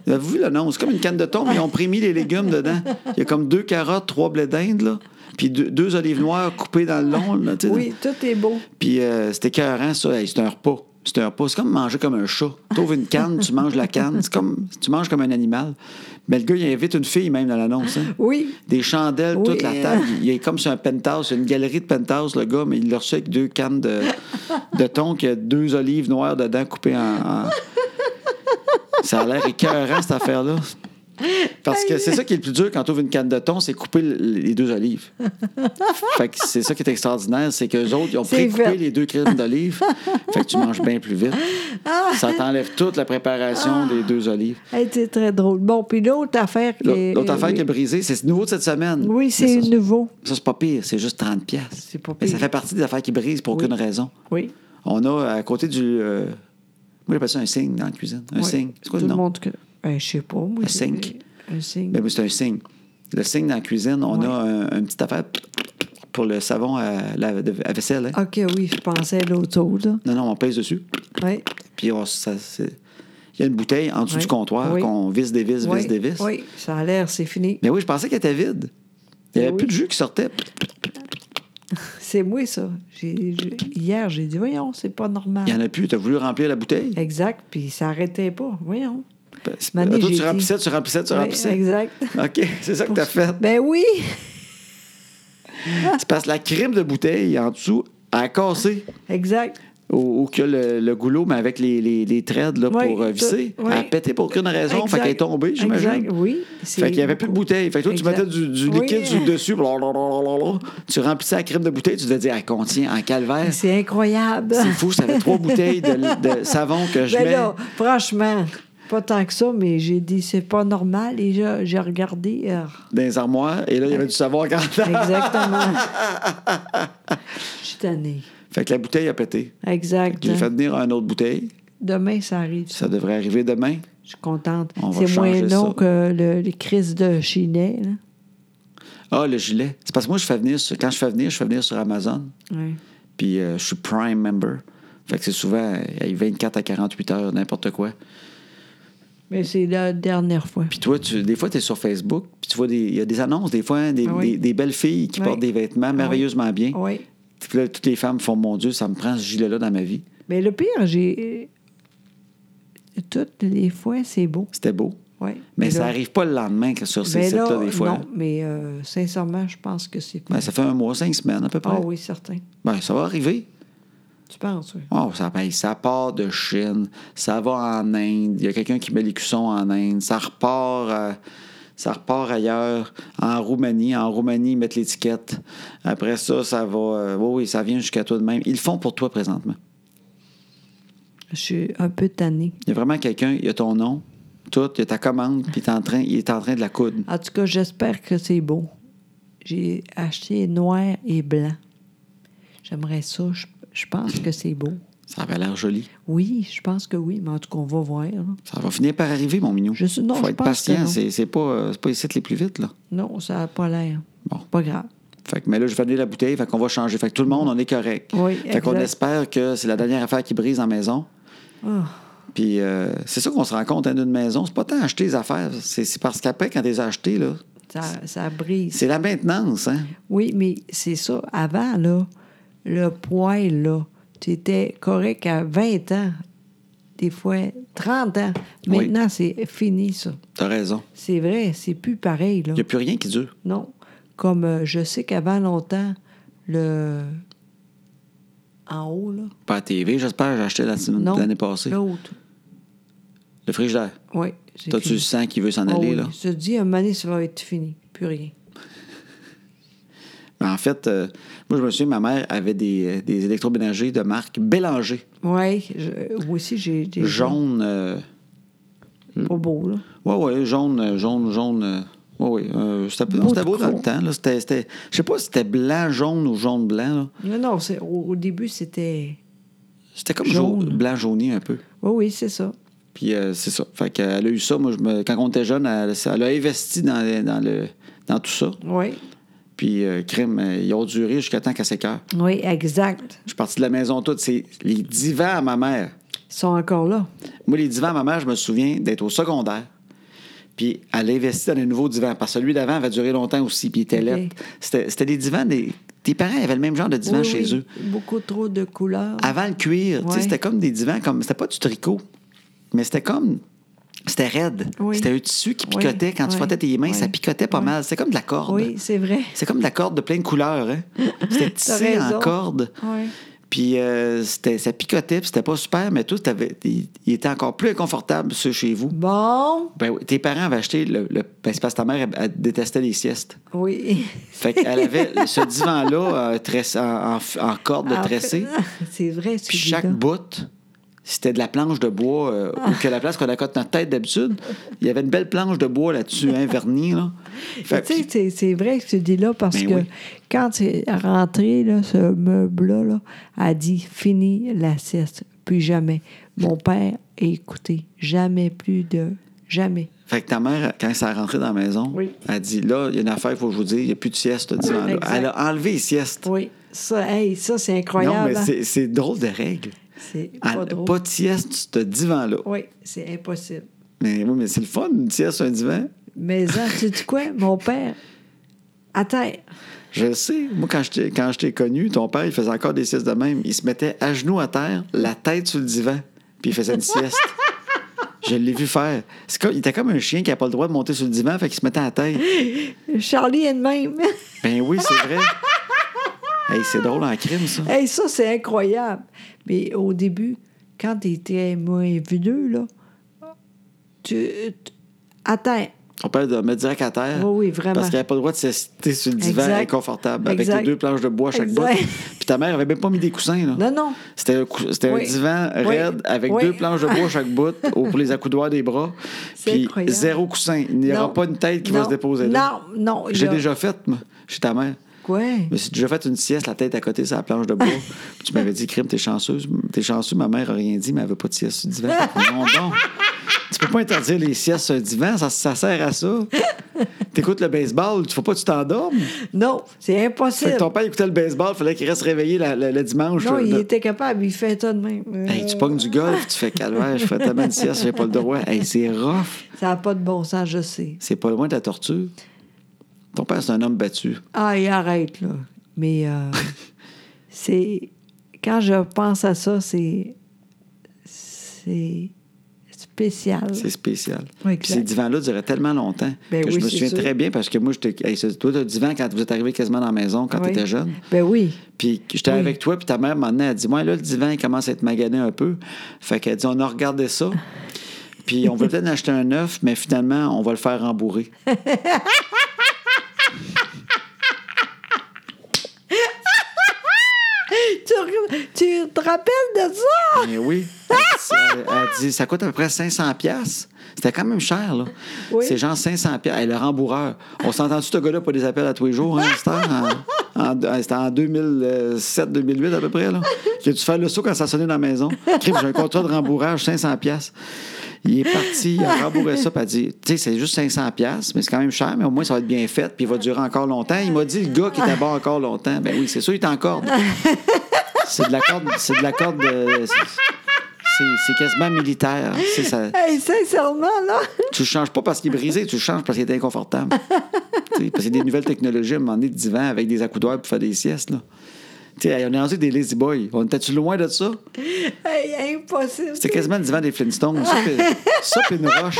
A: Avez-vous vu l'annonce? C'est comme une canne de thon, mais ils ont prémis les légumes dedans. Il y a comme deux carottes, trois blés d'Inde, là, puis deux, deux olives noires coupées dans le long. là, tu sais.
B: Oui, tout est beau.
A: Puis euh, c'est écœurant, ça. Hey, c'est un repas. C'est un repas. C'est comme manger comme un chat. Tu ouvres une canne, tu manges la canne. C'est comme tu manges comme un animal. Mais le gars, il invite une fille même dans l'annonce. hein.
B: Oui.
A: Des chandelles,
B: Oui,
A: toute la
B: euh.
A: table. Il est comme sur un penthouse, une galerie de penthouse, le gars, mais il l'a reçu avec deux cannes de, de thon qui a deux olives noires dedans coupées en. en- Ça a l'air écœurant, cette affaire-là. Parce que c'est ça qui est le plus dur quand tu ouvres une canne de thon, c'est couper le- les deux olives. Fait que c'est ça qui est extraordinaire, c'est qu'eux autres, ils ont
B: C'est
A: pré-coupé
B: fait.
A: les deux crèmes d'olives. Fait que tu manges bien plus vite.
B: Ah.
A: Ça t'enlève toute la préparation des deux olives.
B: Hey, c'est très drôle. Bon, puis l'autre affaire qui est.
A: L'autre affaire
B: oui.
A: qui est brisée, c'est nouveau de cette semaine.
B: Oui,
A: Mais
B: c'est
A: ça,
B: nouveau.
A: ça, c'est pas pire, c'est juste 30 pièces.
B: C'est pas
A: Mais ça
B: pire.
A: fait partie des affaires qui brisent pour
B: Oui.
A: aucune raison.
B: Oui.
A: On a à côté du euh, moi j'appelle ça un signe dans la cuisine, un
B: oui.
A: signe. C'est quoi
B: Tout
A: le nom
B: monde que- Ben, je sais pas. Moi,
A: Un cinq.
B: Un cinq.
A: Mais c'est un signe. Le signe dans la cuisine, on
B: Oui.
A: a un- une petite affaire pour le savon à, la, de- à vaisselle. hein.
B: OK, oui, je pensais à l'autre chose, là.
A: Non non, on pèse dessus.
B: Oui.
A: Puis on- ça, c'est- il y a une bouteille en dessous
B: Oui.
A: du comptoir
B: Oui.
A: qu'on visse des vis,
B: oui.
A: visse des vis.
B: Oui, ça a l'air, c'est fini.
A: Mais oui, je pensais qu'elle était vide. Il n'y avait
B: Oui.
A: plus de jus qui sortait.
B: C'est moi, ça. J'ai- j'ai- Hier, j'ai dit, voyons, c'est pas normal.
A: Il n'y en a plus. Tu as voulu remplir la bouteille.
B: Exact, puis ça arrêtait pas. Voyons.
A: Toi,
B: Mané, j'ai
A: tu
B: dit-
A: remplissais, tu remplissais, tu
B: Oui,
A: remplissais.
B: exact.
A: OK, c'est ça que tu as fait.
B: Ben oui!
A: C'est parce que la crème de bouteille en dessous a cassé.
B: Exact.
A: Ou, ou que le, le goulot, mais avec les, les, les threads là,
B: Oui,
A: pour euh,
B: tout-
A: visser,
B: oui.
A: elle a pété pour aucune raison. Fait
B: Exact.
A: qu'elle est tombée, j'imagine.
B: Exact, oui.
A: Fait qu'il n'y avait plus de bouteille. Fait que toi, tu
B: Exact.
A: mettais du, du
B: Oui.
A: liquide sur le dessus. blablabla. Tu remplissais la crème de bouteille, tu te disais, elle contient en calvaire.
B: C'est incroyable.
A: C'est fou, ça fait
B: *laughs*
A: trois bouteilles de, de savon que je
B: Ben
A: mets.
B: là, franchement, pas tant que ça, mais j'ai dit, c'est pas normal. Et j'ai j'ai regardé.
A: *laughs*
B: euh,
A: dans les armoires, et là, il y avait du savon quand
B: exactement. Je suis tannée.
A: Fait que la bouteille a pété.
B: Exact.
A: J'ai fait venir une autre bouteille.
B: Demain, ça arrive.
A: Ça devrait arriver demain.
B: Je suis contente.
A: On va
B: C'est moins
A: changer
B: long
A: ça.
B: que le, le crise de Chinet. là.
A: Ah, le gilet. C'est parce que moi, je fais venir sur- quand je fais venir, je fais venir sur Amazon.
B: Ouais.
A: Puis euh, je suis Prime Member. Fait que c'est souvent euh, 24 à 48 heures, n'importe quoi.
B: Mais c'est la dernière fois.
A: Puis toi, tu, des fois, tu es sur Facebook, puis tu vois, des- il y a des annonces, des fois, hein, des,
B: Ah oui.
A: des- des belles filles qui
B: Oui. Oh.
A: portent des vêtements merveilleusement bien.
B: Oui.
A: Puis là, toutes les femmes font Mon Dieu, ça me prend ce gilet-là dans ma vie.
B: Mais le pire, j'ai. Toutes les fois, c'est beau.
A: C'était beau.
B: Oui.
A: Mais, ça
B: là-
A: arrive pas le lendemain que sur ces
B: Mais là,
A: sites-là, des fois.
B: Non, mais euh, sincèrement, je pense que c'est
A: Ben, ça fait un mois, cinq semaines à peu près.
B: Ah oui, certain.
A: Ben, ça va arriver.
B: Tu penses, oui.
A: Oh, ça, ben, ça part de Chine, ça va en Inde, il y a quelqu'un qui met les cuissons en Inde, ça repart, euh, ça repart ailleurs, en Roumanie. En Roumanie, ils mettent l'étiquette. Après ça, ça va. euh, oui, oui, ça vient jusqu'à toi de même. Ils le font pour toi présentement.
B: Je suis un peu tannée.
A: Il y a vraiment quelqu'un, il y a ton nom, tout, il y a ta commande, puis il est en train, il est en train de la coudre.
B: En tout cas, j'espère que c'est beau. J'ai acheté noir et blanc. J'aimerais ça. Je, je pense que c'est beau.
A: Ça avait l'air joli.
B: Oui, je pense que oui, mais en tout cas, on va voir. là.
A: Ça va finir par arriver, mon mignon.
B: Je sais- non,
A: Faut
B: je
A: être
B: pense que
A: patient,
B: non.
A: c'est c'est pas, euh, c'est pas les sites les plus vite, là.
B: Non, ça n'a pas l'air.
A: Bon.
B: Pas grave.
A: Fait que, mais là, je vais donner la bouteille, fait qu'on va changer. Fait que tout le monde, on est correct.
B: Oui,
A: fait qu'on
B: exact.
A: espère que c'est la dernière affaire qui brise en maison.
B: Ah,
A: Puis euh, c'est ça qu'on se rend compte hein, d'une maison. C'est pas tant acheter les affaires. C'est c'est parce qu'après, quand tu les as achetées, là,
B: Ça, ça brise.
A: C'est la maintenance, hein?
B: Oui, mais c'est ça. Avant, là, le poil, là, tu étais correct à 20 ans, des fois 30 ans.
A: Oui.
B: Maintenant, c'est fini, ça.
A: T'as raison.
B: C'est vrai, c'est plus pareil, là.
A: Il n'y a plus rien qui dure.
B: Non. Comme euh, je sais qu'avant longtemps, le. En haut, là.
A: Pas à TV, j'espère, j'ai acheté la semaine-
B: Non.
A: l'année passée.
B: L'autre.
A: Le frigidaire.
B: Oui. c'est
A: Toi, tu
B: fini.
A: le sens qu'il veut s'en
B: Ah
A: aller,
B: oui,
A: là.
B: Je te dis, un moment donné, ça va être fini. Plus rien.
A: Mais en fait, euh, moi, je me souviens, ma mère avait des, euh, des électroménagers de marque Bélanger,
B: Ouais, je- moi aussi, j'ai des.
A: jaune. euh,
B: Pas beau, là.
A: Oui, oui, jaune, euh, jaune, jaune. euh, Ouais, oui, c'était
B: Beau
A: c'était beau
B: tout
A: dans le
B: court.
A: temps. là. C'était- c'était- Je sais pas si c'était blanc, jaune ou jaune, blanc. là.
B: Non, non, c'est- au, au début, c'était.
A: C'était comme
B: Jaune.
A: jaune. blanc, jauné un peu.
B: Oui, oui, c'est ça.
A: Puis euh, c'est ça. Fait qu'elle a eu ça. Moi, je me- quand on était jeune, elle, elle a investi dans, les- dans, le, dans tout ça.
B: Oui.
A: Puis, euh, crime, euh, ils ont duré jusqu'à temps qu'elle s'écœure.
B: Oui, exact.
A: Je suis parti de la maison toute. C'est les divans à ma mère.
B: Ils sont encore là.
A: Moi, les divans, ma mère, je me souviens d'être au secondaire. Puis elle investit dans les nouveaux divans. Parce que celui d'avant avait duré longtemps aussi, puis il était
B: OK.
A: laid. C'était c'était des divans. Des... Tes parents avaient le même genre de divan
B: Oui,
A: chez
B: oui,
A: eux.
B: Beaucoup trop de couleurs.
A: Avant le cuir, tu sais,
B: Ouais.
A: c'était comme des divans, comme c'était pas du tricot, mais c'était comme. C'était raide.
B: Oui.
A: C'était un tissu qui
B: Oui,
A: picotait. Quand tu
B: oui,
A: frottais tes mains, ça
B: oui,
A: picotait pas
B: oui.
A: mal. C'était comme de la corde.
B: Oui, c'est vrai.
A: C'est comme de la corde de plein de couleurs. Hein?
B: *laughs*
A: C'était tissé en
B: raison.
A: corde.
B: Oui.
A: Puis euh, c'était- ça picotait, puis c'était pas super, mais tout, t'avais- il, il était encore plus inconfortable, ceux chez vous.
B: Bon.
A: Ben oui, tes parents avaient acheté le. le ben, c'est parce que ta mère, elle, elle détestait les siestes.
B: Oui.
A: Fait qu'elle
B: *laughs*
A: avait ce divan-là euh, tress- en, en- en corde de
B: Ah, En fait,
A: tressée.
B: *laughs* C'est vrai, c'est
A: Puis chaque
B: évident. Ah.
A: bout, c'était de la planche de bois, euh, ou que la place qu'on accote notre tête d'habitude, il y avait une belle planche de bois là-dessus, hein, vernie, là. Fait
B: Tu sais,
A: que-
B: c'est- c'est vrai que tu dis là parce
A: Ben
B: que
A: oui.
B: quand c'est rentré, là, ce meuble-là, là, a dit fini la sieste, plus jamais. Mon père a écouté, jamais plus de. Jamais.
A: fait que ta mère, quand elle s'est rentrée dans la maison,
B: Oui.
A: elle a dit Là, il y a une affaire, il faut que je vous dise, il n'y a plus de sieste, le divan-là.
B: Exact.
A: Elle a enlevé les siestes.
B: Oui, ça, hey, ça c'est
A: non,
B: incroyable.
A: mais
B: hein?
A: c'est- c'est drôle de règle.
B: c'est
A: Elle-
B: pas drôle.
A: Pas de sieste, sur ce divan-là.
B: Oui, c'est impossible.
A: Mais oui, mais c'est le fun, une sieste sur un divan.
B: Mais hein, *laughs* tu dis quoi? Mon père, à terre.
A: Je le sais. Moi, quand je t'ai- quand je t'ai connu, ton père, il faisait encore des siestes de même. Il se mettait à genoux à terre, la tête sur le divan, puis il faisait une
B: *laughs*
A: sieste. Je l'ai vu faire. C'est comme- il était comme un chien qui n'a pas le droit de monter sur le divan, fait qu'il se mettait à terre.
B: Charlie est de même.
A: Ben oui, c'est
B: *laughs*
A: vrai. Hey, c'est drôle en crime, ça.
B: hey, ça, c'est incroyable. Mais au début, quand tu étais moins vieux, là, tu. tu- à terre.
A: Ton père de me direct à terre.
B: Oui, oui, vraiment.
A: Ah. Parce qu'il n'avait pas le droit de s'assister sur le divan
B: Exact.
A: inconfortable, avec
B: Exact.
A: les deux planches de bois à chaque bout.
B: Exact.
A: Puis ta mère avait même pas mis des coussins, là.
B: Non, non.
A: C'était un, cou- c'était un
B: Oui.
A: divan
B: Oui.
A: raide avec
B: Oui.
A: deux planches de bois à
B: *laughs*
A: chaque bout au- pour les accoudoirs des bras.
B: C'est
A: Puis
B: incroyable.
A: zéro coussin. Il n'y aura
B: Non.
A: pas une tête qui va
B: Non.
A: se déposer là.
B: Non, non.
A: J'ai
B: là.
A: déjà fait, moi, chez ta mère.
B: Quoi?
A: Je me suis déjà fait une sieste, la tête à côté sur la planche
B: *laughs*
A: de bois. Puis tu m'avais dit, Crime, t'es chanceuse. T'es chanceux, ma mère n'a rien dit, mais elle veut pas de sieste sur le divan.
B: *laughs*
A: Non, non. Tu peux pas interdire les siestes sur un divan, ça, ça sert à ça. T'écoutes le baseball, tu faut pas que tu t'endormes.
B: Non, c'est
A: Fait que
B: impossible.
A: ton père écoutait le baseball, fallait qu'il reste réveillé la- la- le dimanche.
B: Non,
A: euh,
B: il
A: de-
B: était capable, il fait ça de même.
A: Hey, tu
B: Euh,
A: pognes du golf, tu fais calvaire, je fais tellement de sieste, j'ai pas le droit. Hey, c'est rough.
B: Ça n'a pas de bon sens, je sais.
A: C'est pas loin de la torture. Ton père, c'est un homme battu.
B: Ah, et arrête, là.
A: *laughs*
B: Mais euh, c'est. Quand je pense à ça, c'est. C'est spécial.
A: C'est spécial. Puis
B: Oui, exact.
A: ces divans-là duraient tellement longtemps
B: Ben
A: que
B: oui,
A: je me
B: c'est
A: souviens
B: sûr.
A: très bien parce que moi, j'étais. Hey, c'est- toi, t'as le divan quand vous êtes arrivé quasiment dans la maison quand
B: Oui.
A: t'étais jeune.
B: Ben oui.
A: Puis j'étais
B: Oui.
A: avec toi, puis ta mère m'en a dit Moi, là, le divan, il commence à être magané un peu. Fait qu'elle dit On a regardé ça. Puis on veut peut-être *laughs* en acheter un neuf, mais finalement, on va le faire rembourrer.
B: Tu, re- tu te rappelles de ça?
A: Mais oui. Elle, elle- elle dit, ça coûte à peu près 500 pièces. C'était quand même cher, là.
B: Oui.
A: C'est genre 500 pièces. Elle, le rembourreur. On s'entend-tu, ce gars-là, pas des appels à tous les jours, hein, à cette heure? en, en- en- C'était en 2007-2008, à peu près, là. Qui a dû faire le saut quand ça sonnait dans la maison. Crime, j'ai un contrat de rembourrage, 500 pièces. Il est parti, il a rembourré ça, puis elle dit, tu sais, c'est juste 500 pièces, mais c'est quand même cher, mais au moins, ça va être bien fait, puis il va durer encore longtemps. Il m'a dit, le gars qui était bas encore longtemps, ben oui, euh, c'est sûr, il est en corde. C'est de la corde, c'est de la corde de... c'est- c'est c'est quasiment militaire. C'est ça.
B: Hey, sincèrement, là. *laughs*
A: Tu le changes pas parce qu'il est brisé, tu le changes parce qu'il est inconfortable. Tu sais, parce qu'il y a des nouvelles technologies, à un moment donné, de divan avec des accoudoirs pour faire des siestes. Là. Tu sais, on est rendu des lazy boys. On était-tu loin de ça?
B: Hey, impossible.
A: C'était quasiment le divan des Flintstones. Ça, puis- ça, puis une roche.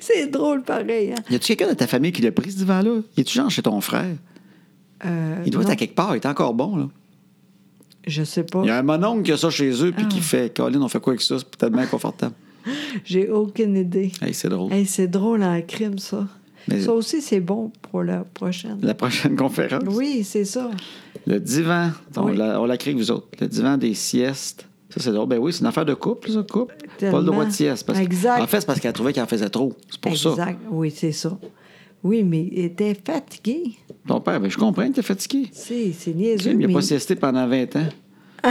B: C'est drôle, pareil. hein.
A: Y a-tu quelqu'un de ta famille qui l'a pris, ce divan-là? Y a-tu genre chez ton frère?
B: Euh,
A: Il doit
B: non,
A: être à quelque part, il est encore bon, là.
B: Je sais pas.
A: Il y a un mononcle qui a ça chez eux, puis
B: Ah.
A: qui fait Colin, on fait quoi avec ça? C'est tellement inconfortable.
B: J'ai aucune idée.
A: Hey, c'est drôle.
B: Hey, c'est drôle en crime, ça.
A: Mais-
B: Ça aussi, c'est bon pour la prochaine.
A: La prochaine conférence.
B: Oui, c'est ça.
A: Le divan. On
B: Oui.
A: l'a- on l'a créé avec vous autres. Le divan des siestes. Ça, c'est drôle. Ben oui, c'est une affaire de couple, ça, couple. Pas le droit
B: Tellement.
A: de sieste. Parce que-
B: Exact.
A: en fait, c'est parce qu'elle trouvait qu'elle en faisait trop. C'est pour ça.
B: Exact. Oui, c'est ça. Oui, mais il était fatigué.
A: Ton père, ben, je comprends, t'es fatigué. Tu
B: C'est, c'est
A: sais,
B: niaiseux,
A: Il n'a
B: mais...
A: pas siesté pendant 20
B: *laughs*
A: ans.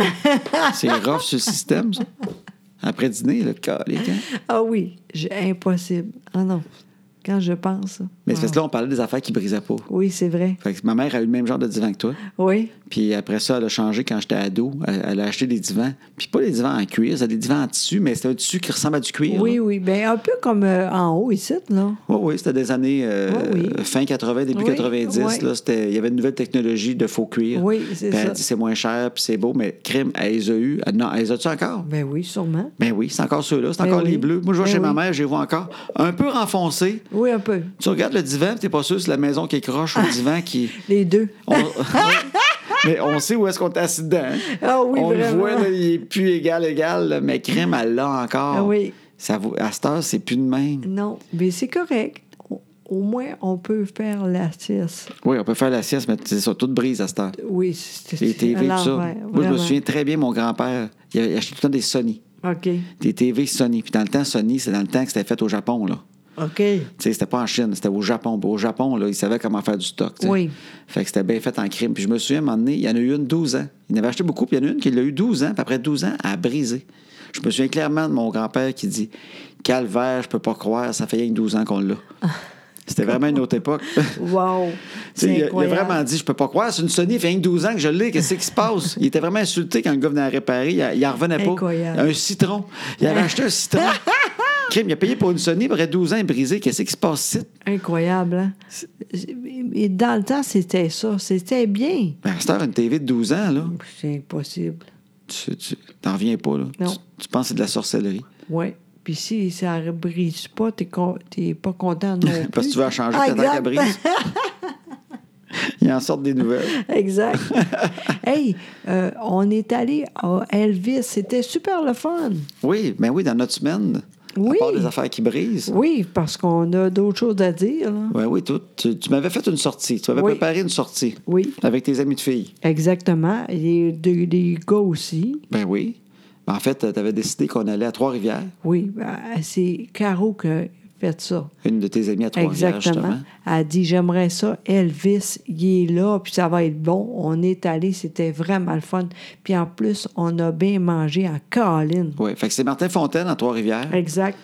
A: c'est rough sur le système, ça. Après dîner, le hein. cas, les
B: Ah oui, j'ai- impossible. Ah non, quand je pense...
A: Mais c'est
B: wow.
A: parce que là, on parlait des affaires qui brisaient pas.
B: Oui, c'est vrai.
A: Fait que ma mère a eu le même genre de divan que toi.
B: Oui.
A: Puis après ça, elle a changé quand j'étais ado. Elle, elle a acheté des divans. Puis pas des divans en cuir, c'est des divans en tissu, mais c'était un tissu qui ressemble à du cuir.
B: Oui,
A: là.
B: oui. Bien, un peu comme euh, en haut, ici, là.
A: Oui, oui, c'était des années euh,
B: Oui, oui.
A: fin 80, début
B: Oui,
A: 90.
B: oui.
A: là, c'était- il y avait une nouvelle technologie de faux cuir.
B: Oui, c'est
A: Puis Elle
B: ça.
A: dit c'est moins cher, puis c'est beau, mais crime, elle les a eu. Ah, Non, elle les a-tu encore?
B: Ben oui, sûrement.
A: Ben oui, c'est encore ceux-là, c'est
B: Ben
A: encore
B: oui.
A: les bleus. Moi, je vois
B: Ben
A: chez ma
B: oui.
A: mère, je les vois encore. Un peu renfoncés.
B: Oui, un peu.
A: Tu regardes le divan, puis t'es pas sûr, c'est la maison qui est croche ou le divan
B: *laughs*
A: qui.
B: Les deux.
A: On- *laughs* mais on sait où est-ce qu'on est assis dedans. hein.
B: Ah oui,
A: on le
B: vraiment.
A: voit, là, il est plus égal, égal, là, mais crime, elle l'a encore.
B: Ah oui.
A: Ça vaut- à cette heure, c'est plus de même.
B: Non, mais c'est correct. Au- Au moins, on peut faire la sieste.
A: Oui, on peut faire la sieste, mais c'est ça, toute brise à cette heure.
B: Oui, c'est
A: Les TV, tout
B: à
A: ça. Moi,
B: l'envers,
A: je me
B: vraiment.
A: souviens très bien, mon grand-père, il avait acheté tout le temps des Sony.
B: OK.
A: Des TV Sony. Puis dans le temps, Sony, c'est dans le temps que c'était fait au Japon, là.
B: OK.
A: Tu sais, c'était pas en Chine, c'était au Japon. Puis au Japon, là, ils savaient comment faire du stock. tu sais.
B: Oui.
A: Fait que c'était bien fait en crime. Puis je me souviens, à un moment donné, il y en a eu une 12 ans. Il en avait acheté beaucoup, puis il y en a une qui l'a eu 12 ans, puis après 12 ans, elle a brisé. Je me souviens clairement de mon grand-père qui dit Calvaire, je peux pas croire, ça fait rien que 12 ans qu'on l'a. C'était vraiment une autre
B: *laughs*
A: époque. Tu
B: Wow.
A: sais, il,
B: C'est
A: a, il a
B: incroyable.
A: vraiment dit Je peux pas croire, c'est une Sony, il fait rien que 12 ans que je l'ai, qu'est-ce qui se passe Il était vraiment insulté quand le gars venait à réparer, il, il en revenait pas.
B: Incroyable.
A: Un citron. Il avait acheté un
B: *laughs*
A: citron. Crime, il a payé pour une Sony, puis après 12 ans, il est brisé, qu'est-ce qui se passe ici?
B: Incroyable, hein? Et dans le temps, c'était ça. C'était bien.
A: Ben, à cette heure, une TV de 12 ans, là,
B: C'est impossible.
A: tu tu- t'en reviens pas. Là.
B: Non.
A: Tu, tu penses que c'est de la sorcellerie.
B: Oui. Puis si ça ne brise pas, tu n'es pas content non plus.
A: *laughs* Parce que tu veux la changer,
B: Ah,
A: t'attends qu'elle
B: exact.
A: brise.
B: *laughs*
A: Il en sort des nouvelles.
B: Exact. hey, euh, on est allé à Elvis. C'était super le fun.
A: Oui, ben oui, dans notre semaine,
B: Oui.
A: à part des affaires qui brisent.
B: Oui, parce qu'on a d'autres choses à dire. là.
A: Ben oui, toi, tu, tu m'avais fait une sortie. Tu m'avais
B: Oui.
A: préparé une sortie.
B: Oui.
A: Avec tes amis de filles.
B: Exactement. Les, des- des gars aussi.
A: Ben oui. Ben, en fait, tu avais décidé qu'on allait à Trois-Rivières.
B: Oui, ben, c'est Caro qui a fait ça.
A: Une de tes amies à Trois-Rivières,
B: Exactement.
A: justement.
B: Elle a dit J'aimerais ça, Elvis, il est là, puis ça va être bon. On est allé, c'était vraiment le fun. Puis en plus, on a bien mangé en Caroline.
A: Oui. Fait que c'est Martin Fontaine à Trois-Rivières,
B: Exact,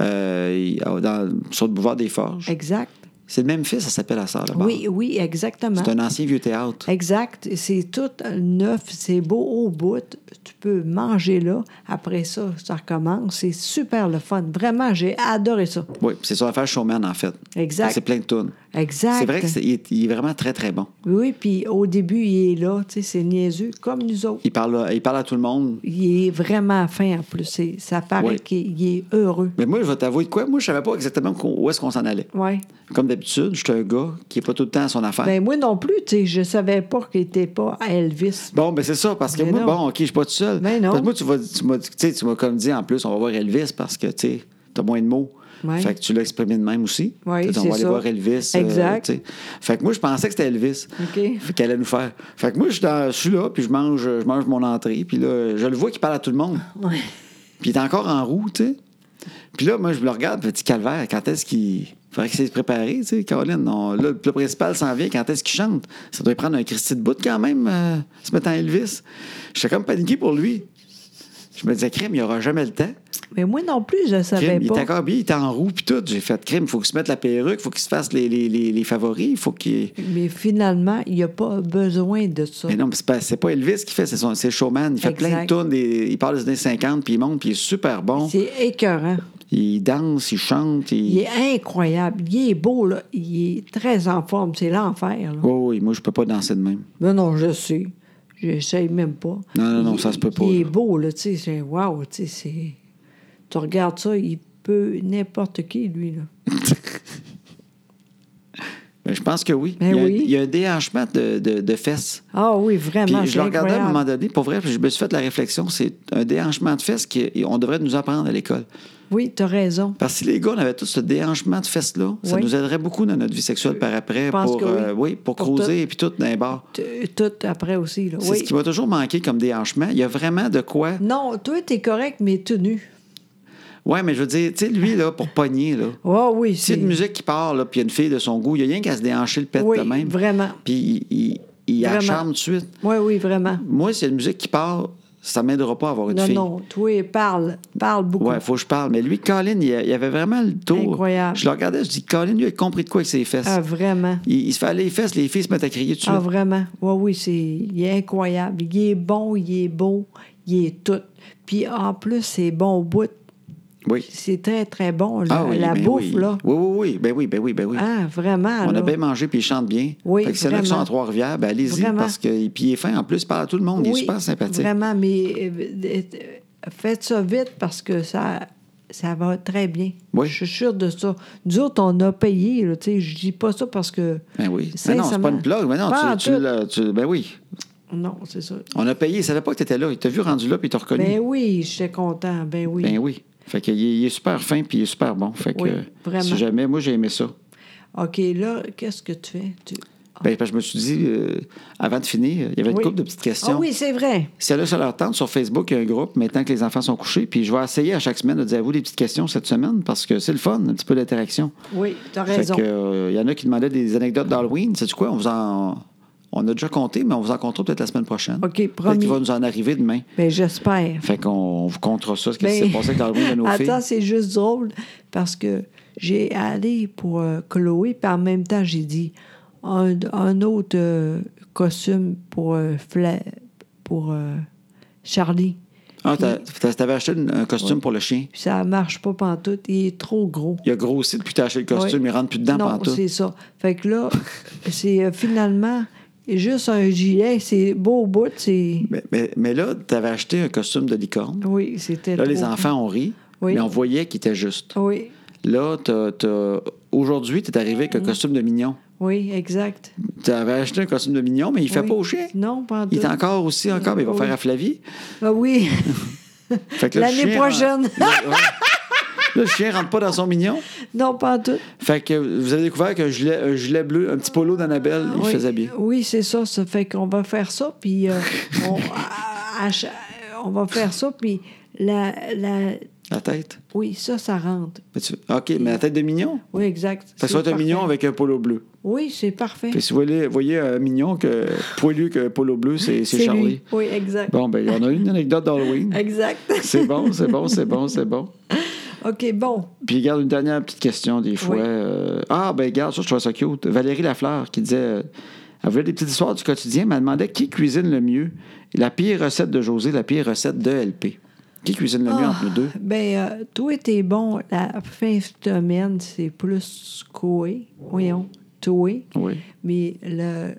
A: euh, il- dans- sur le boulevard des Forges.
B: exact.
A: C'est le même fils, ça s'appelle la sœur là-bas.
B: Oui, oui, exactement.
A: C'est un ancien vieux théâtre.
B: Exact. C'est tout neuf, c'est beau au bout. Tu peux manger là. Après ça, ça recommence. C'est super le fun. Vraiment, j'ai adoré ça.
A: Oui, puis c'est sur l'affaire Showman, en fait.
B: Exact.
A: C'est plein de tunes.
B: Exact.
A: C'est vrai qu'il est, il est vraiment très, très bon.
B: Oui, puis au début, il est là, tu sais, c'est niaiseux, comme nous autres.
A: Il parle, il parle à tout le monde.
B: Il est vraiment fin en plus. C'est- Ça paraît
A: Ouais.
B: qu'il il est heureux.
A: Mais moi, je vais t'avouer de quoi? Moi, je savais pas exactement qu'on- où est-ce qu'on s'en allait.
B: Oui.
A: Comme d'habitude, j'étais un gars qui est pas tout le temps à son affaire.
B: Ben moi non plus, tu sais, je savais pas qu'il était pas à Elvis.
A: Bon, ben c'est ça, parce que
B: Mais
A: moi,
B: non.
A: bon, OK, je suis pas tout seul.
B: Mais non.
A: Parce que moi, tu vas- tu m'as dit- tu sais, tu m'as comme dit, en plus, on va voir Elvis parce que, tu sais, t'as moins de mots.
B: Ouais.
A: Fait que tu l'as exprimé de même aussi.
B: Oui,
A: T'as dit, On
B: c'est
A: va aller
B: ça.
A: voir Elvis. euh,
B: Exact.
A: tu sais. fait que moi, je pensais que c'était Elvis.
B: OK.
A: Fait qu'elle allait nous faire. Fait que moi, je suis dans- je suis là, puis je mange, je mange mon entrée, puis là, je le vois qui parle à tout le monde.
B: Ouais.
A: Puis il est encore en roue, tu sais. Puis là, moi, je le regarde, petit calvaire, quand est-ce qu'il. Faudrait qu'il s'est préparé, tu sais, Caroline. On- Là, le principal s'en vient, quand est-ce qu'il chante? Ça doit prendre un Christy de bout quand même, euh, se mettre en Elvis. J'étais comme paniqué pour lui. Je me disais, crime, il n'y aura jamais le temps.
B: Mais moi non plus, je ne savais
A: Crime, il
B: pas.
A: était encore bien, il était en roue, puis tout. J'ai fait, crime, il faut qu'il se mette la perruque, il faut qu'il se fasse les, les, les, les favoris, il faut qu'il.
B: Mais finalement, il n'y a pas besoin de ça.
A: Mais non, mais c'est pas, c'est pas Elvis qui fait, c'est, son, c'est Showman. Il fait plein de
B: Exact.
A: tunes, des- il parle des années 50, puis il monte, puis il est super bon.
B: C'est écœurant.
A: Il danse, il chante, il.
B: Il est incroyable. Il est beau, là. Il est très en forme. C'est l'enfer, là.
A: Oui, oui, moi, je peux pas danser de même.
B: Non, non, je sais. J'essaye même pas.
A: Non, non, non,
B: Il-
A: ça se peut pas,
B: Il est
A: là.
B: beau, là, tu sais. c'est- Wow, tu sais, c'est... Tu regardes ça, il peut n'importe qui, lui, là.
A: Mais je pense que oui.
B: Ben
A: il, y a,
B: oui.
A: il y a un déhanchement de, de, de fesses.
B: Ah oui,
A: Puis
B: vraiment,
A: je
B: c'est
A: le regardais à un
B: incroyable.
A: moment donné, pour vrai, puis je me suis fait la réflexion, c'est un déhanchement de fesses qu'on devrait nous apprendre à l'école.
B: Oui, t'as raison.
A: Parce que si les gars, on avait tous ce déhanchement de fesses-là, ça
B: Oui.
A: nous aiderait beaucoup dans notre vie sexuelle par après
B: Je pense
A: pour,
B: que oui.
A: euh, oui, pour,
B: Pour
A: cruiser et puis tout dans les bars.
B: T- Tout après aussi, là.
A: C'est
B: Oui.
A: ce qui m'a toujours manqué comme déhanchement. Il y a vraiment de quoi.
B: Non, toi, t'es correct, mais tout nu.
A: Ouais, mais je veux dire, tu sais, lui, là, pour pogner, là.
B: Ah oui,
A: Si
B: c'est...
A: y a une musique qui part, là, puis il y a une fille de son goût, il n'y a rien qu'à se déhancher le pet
B: Oui,
A: de même.
B: vraiment.
A: Puis il, il, il
B: Vraiment.
A: acharne tout de suite.
B: Oui, oui, vraiment.
A: Moi, s'il y a une musique qui part, ça ne m'aidera pas à avoir une
B: Non,
A: fille.
B: non, toi, parle. Parle beaucoup.
A: Ouais, faut que je parle. Mais lui, Colin, il, il avait vraiment le tour.
B: Incroyable.
A: Je le regardais, je dis, Colin, lui, il a compris de quoi avec ses fesses.
B: Ah, vraiment.
A: Il, il se fait aller les fesses, les filles se mettent à crier dessus.
B: Ah, vraiment. Oui, oui, c'est... il est incroyable. Il est bon, il est beau, il est tout. Puis en plus, c'est bon au bout.
A: oui.
B: C'est très, très bon. là.
A: Ah oui,
B: La
A: ben
B: bouffe,
A: oui.
B: là.
A: Oui, oui, oui. Ben oui, ben oui, ben oui.
B: Ah, vraiment.
A: On
B: là.
A: a bien mangé, puis il chante bien.
B: Oui,
A: fait que s'il y en a qui sont
B: vraiment.
A: à Trois-Rivières, ben allez-y,
B: Vraiment.
A: parce que. Puis il est fin, en plus, il parle à tout le monde. il est
B: Oui,
A: super sympathique.
B: Vraiment, mais euh, euh, faites ça vite parce que ça, ça va très bien.
A: Oui.
B: Je suis sûre de ça. Nous autres, on a payé. Là, tu sais, je dis pas ça parce que.
A: Ben oui. Mais non, c'est pas
B: Sincèrement.
A: une blague. Mais non,
B: Pas en
A: tu, tu,
B: tout.
A: l'as- tu- Ben oui.
B: Non, c'est ça.
A: On a payé. Il savait pas que t'étais là. Il t'a vu rendu là, puis il t'a reconnu.
B: Ben oui, j'étais content. Ben oui.
A: Ben oui. Fait qu'il est, il est super fin puis il est super bon. Fait que
B: Oui,
A: euh,
B: vraiment.
A: si jamais, moi j'ai aimé ça.
B: OK, là, qu'est-ce que tu fais? Tu-
A: Ben, parce que je me suis dit, euh, avant de finir, il y avait une
B: Ah. Oui.
A: couple de petites questions.
B: Ah oui, c'est vrai.
A: Si elle a sur leur tente, sur Facebook, il y a un groupe maintenant que les enfants sont couchés. Puis je vais essayer à chaque semaine de dire à vous des petites questions cette semaine parce que c'est le fun, un petit peu d'interaction.
B: Oui, tu as
A: Fait
B: raison.
A: que, euh, il y en a qui demandaient des anecdotes d'Halloween. Sais-tu quoi? On vous en. On a déjà compté, mais on vous en comptera peut-être la semaine prochaine.
B: OK,
A: Peut-être
B: promis.
A: qu'il va nous en arriver demain.
B: Ben j'espère.
A: Fait qu'on on vous comptera ça, ce qui
B: Ben,
A: s'est passé avec l'Halloween de nos filles.
B: Attends, c'est juste drôle parce que j'ai allé pour euh, Chloé, puis en même temps, j'ai dit un, un autre euh, costume pour, euh, Fla- pour euh, Charlie.
A: Ah, t'as- t'as- t'avais acheté une- un costume pour le chien.
B: Puis ça marche pas pantoute, il est trop gros.
A: Il a grossi depuis que t'as acheté le costume,
B: Ouais.
A: il rentre plus dedans
B: Non,
A: pantoute.
B: c'est ça. Fait que là, c'est euh, finalement juste un gilet, c'est beau au bout, c'est...
A: Mais, mais, mais là, t'avais acheté un costume de licorne.
B: Oui, c'était
A: Là, les
B: trop-
A: enfants ont ri,
B: Oui.
A: mais on voyait qu'il était juste.
B: Oui,
A: Là, t'as- t'as- aujourd'hui, t'es arrivé avec un
B: Mm.
A: costume de mignon.
B: oui, exact.
A: T'avais acheté un costume de mignon, mais il fait
B: Oui.
A: pas au chien.
B: Non, pantoute.
A: Il est encore aussi, encore, mais il va
B: Oui.
A: faire à Flavie.
B: Ah oui, *laughs*
A: Fait *laughs* que là, le
B: l'année
A: chien rentre-
B: prochaine.
A: Ouais. Là, le chien rentre pas dans son mignon.
B: non, pantoute.
A: Fait que vous avez découvert qu'un gilet, un gilet bleu, un petit polo d'Annabelle, il
B: oui,
A: faisait bien.
B: Oui, c'est ça. Ça fait qu'on va faire ça,
A: *laughs*
B: puis euh, on, à- à cha- on va faire ça, puis la, la...
A: La tête.
B: Oui, ça, ça rentre.
A: Mais tu- OK, mais la tête de mignon?
B: Oui, exact.
A: Fait que
B: C'est
A: soit un
B: parfait.
A: mignon avec un polo bleu.
B: Oui, c'est parfait.
A: Puis si vous voyez, voyez un mignon que, poilu que polo bleu, c'est c'est Charlie.
B: lui. Oui, exact.
A: Bon, ben, on a une anecdote
B: *laughs*
A: d'Halloween.
B: Exact.
A: C'est bon, c'est bon, c'est bon, c'est bon.
B: OK, bon.
A: Puis garde une dernière petite question des fois.
B: Oui.
A: Euh, ah, ben garde, ça, je trouve ça cute. Valérie Lafleur qui disait euh, Elle voulait des petites histoires du quotidien, mais elle demandait qui cuisine le mieux. La pire recette de José, la pire recette de LP. Qui cuisine le
B: Ah.
A: mieux entre nous deux?
B: Ben, euh, toi, t'es bon. La fin de semaine, c'est plus coué. Voyons, toué.
A: Oui.
B: Mais le...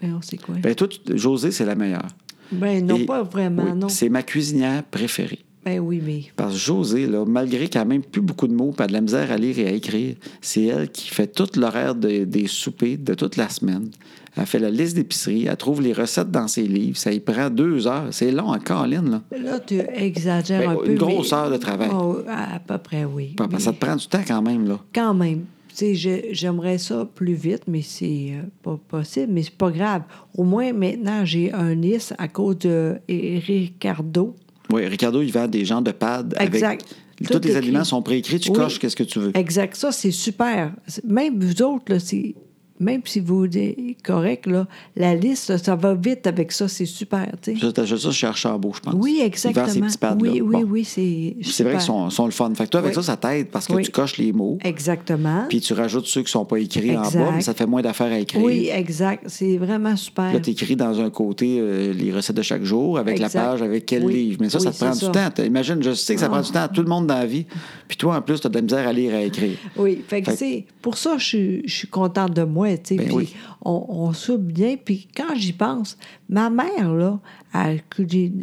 B: Voyons, c'est quoi? Ben,
A: Ben toi, tu- José, c'est la meilleure.
B: non,
A: Et-
B: pas vraiment,
A: oui,
B: Ben, non.
A: C'est ma cuisinière préférée.
B: Ben oui, mais...
A: Parce que José, là, malgré qu'elle n'a même plus beaucoup de mots, pas de la misère à lire et à écrire, c'est elle qui fait tout l'horaire de- des soupers de toute la semaine. Elle fait la liste d'épicerie, elle trouve les recettes dans ses livres. Ça y prend deux heures. C'est long en colline, là.
B: Là, tu exagères
A: Ben,
B: un
A: une
B: peu.
A: grosse
B: mais-
A: heure de travail.
B: Oh, à, à peu près, oui.
A: Papa,
B: Mais
A: Ça te prend du temps quand même, là.
B: Quand même. Tu sais, je- j'aimerais ça plus vite, mais c'est euh, pas possible. Mais c'est pas grave. Au moins, maintenant, j'ai un liste à cause de Ricardo.
A: Oui, Ricardo, il vend des genres de pads.
B: Exact.
A: Avec...
B: Tout
A: Tous les
B: écrit.
A: aliments sont préécrits. Tu
B: Oui.
A: coches qu'est-ce que tu veux.
B: Exact. Ça, c'est super. C'est- Même vous autres, là, c'est même si vous êtes correct, là, la liste, ça va vite avec ça, c'est super. tu sais.
A: Ça, t'achètes ça chez Archambault, je pense.
B: Oui,
A: Il vend ces
B: exactement.
A: petits pads-là.
B: oui, oui,
A: Bon.
B: oui, c'est.
A: C'est vrai
B: super.
A: qu'ils sont, sont le fun. Fait que toi, avec ça,
B: Oui.
A: ça t'aide parce que
B: Oui.
A: tu coches les mots,
B: Exactement.
A: puis tu rajoutes ceux qui sont pas écrits en bas,
B: Exact.
A: mais ça te fait moins d'affaires à écrire.
B: oui, exact. C'est vraiment super.
A: Là, tu écris dans un côté euh, les recettes de chaque jour, avec
B: Exact.
A: la page, avec quel
B: Oui.
A: livre. Mais ça,
B: Oui,
A: ça te prend
B: c'est
A: du
B: ça. Ah.
A: temps. T'as- Imagine, je sais que ça prend du temps à tout le monde dans la vie. Puis toi, en plus, tu as de la misère à lire et à écrire.
B: Oui, fait que
A: Fait que-
B: c'est pour ça je, suis- je suis contente de moi, tu sais,
A: Ben
B: puis
A: oui.
B: on, on soupe bien, puis quand j'y pense, ma mère là, elle cuisine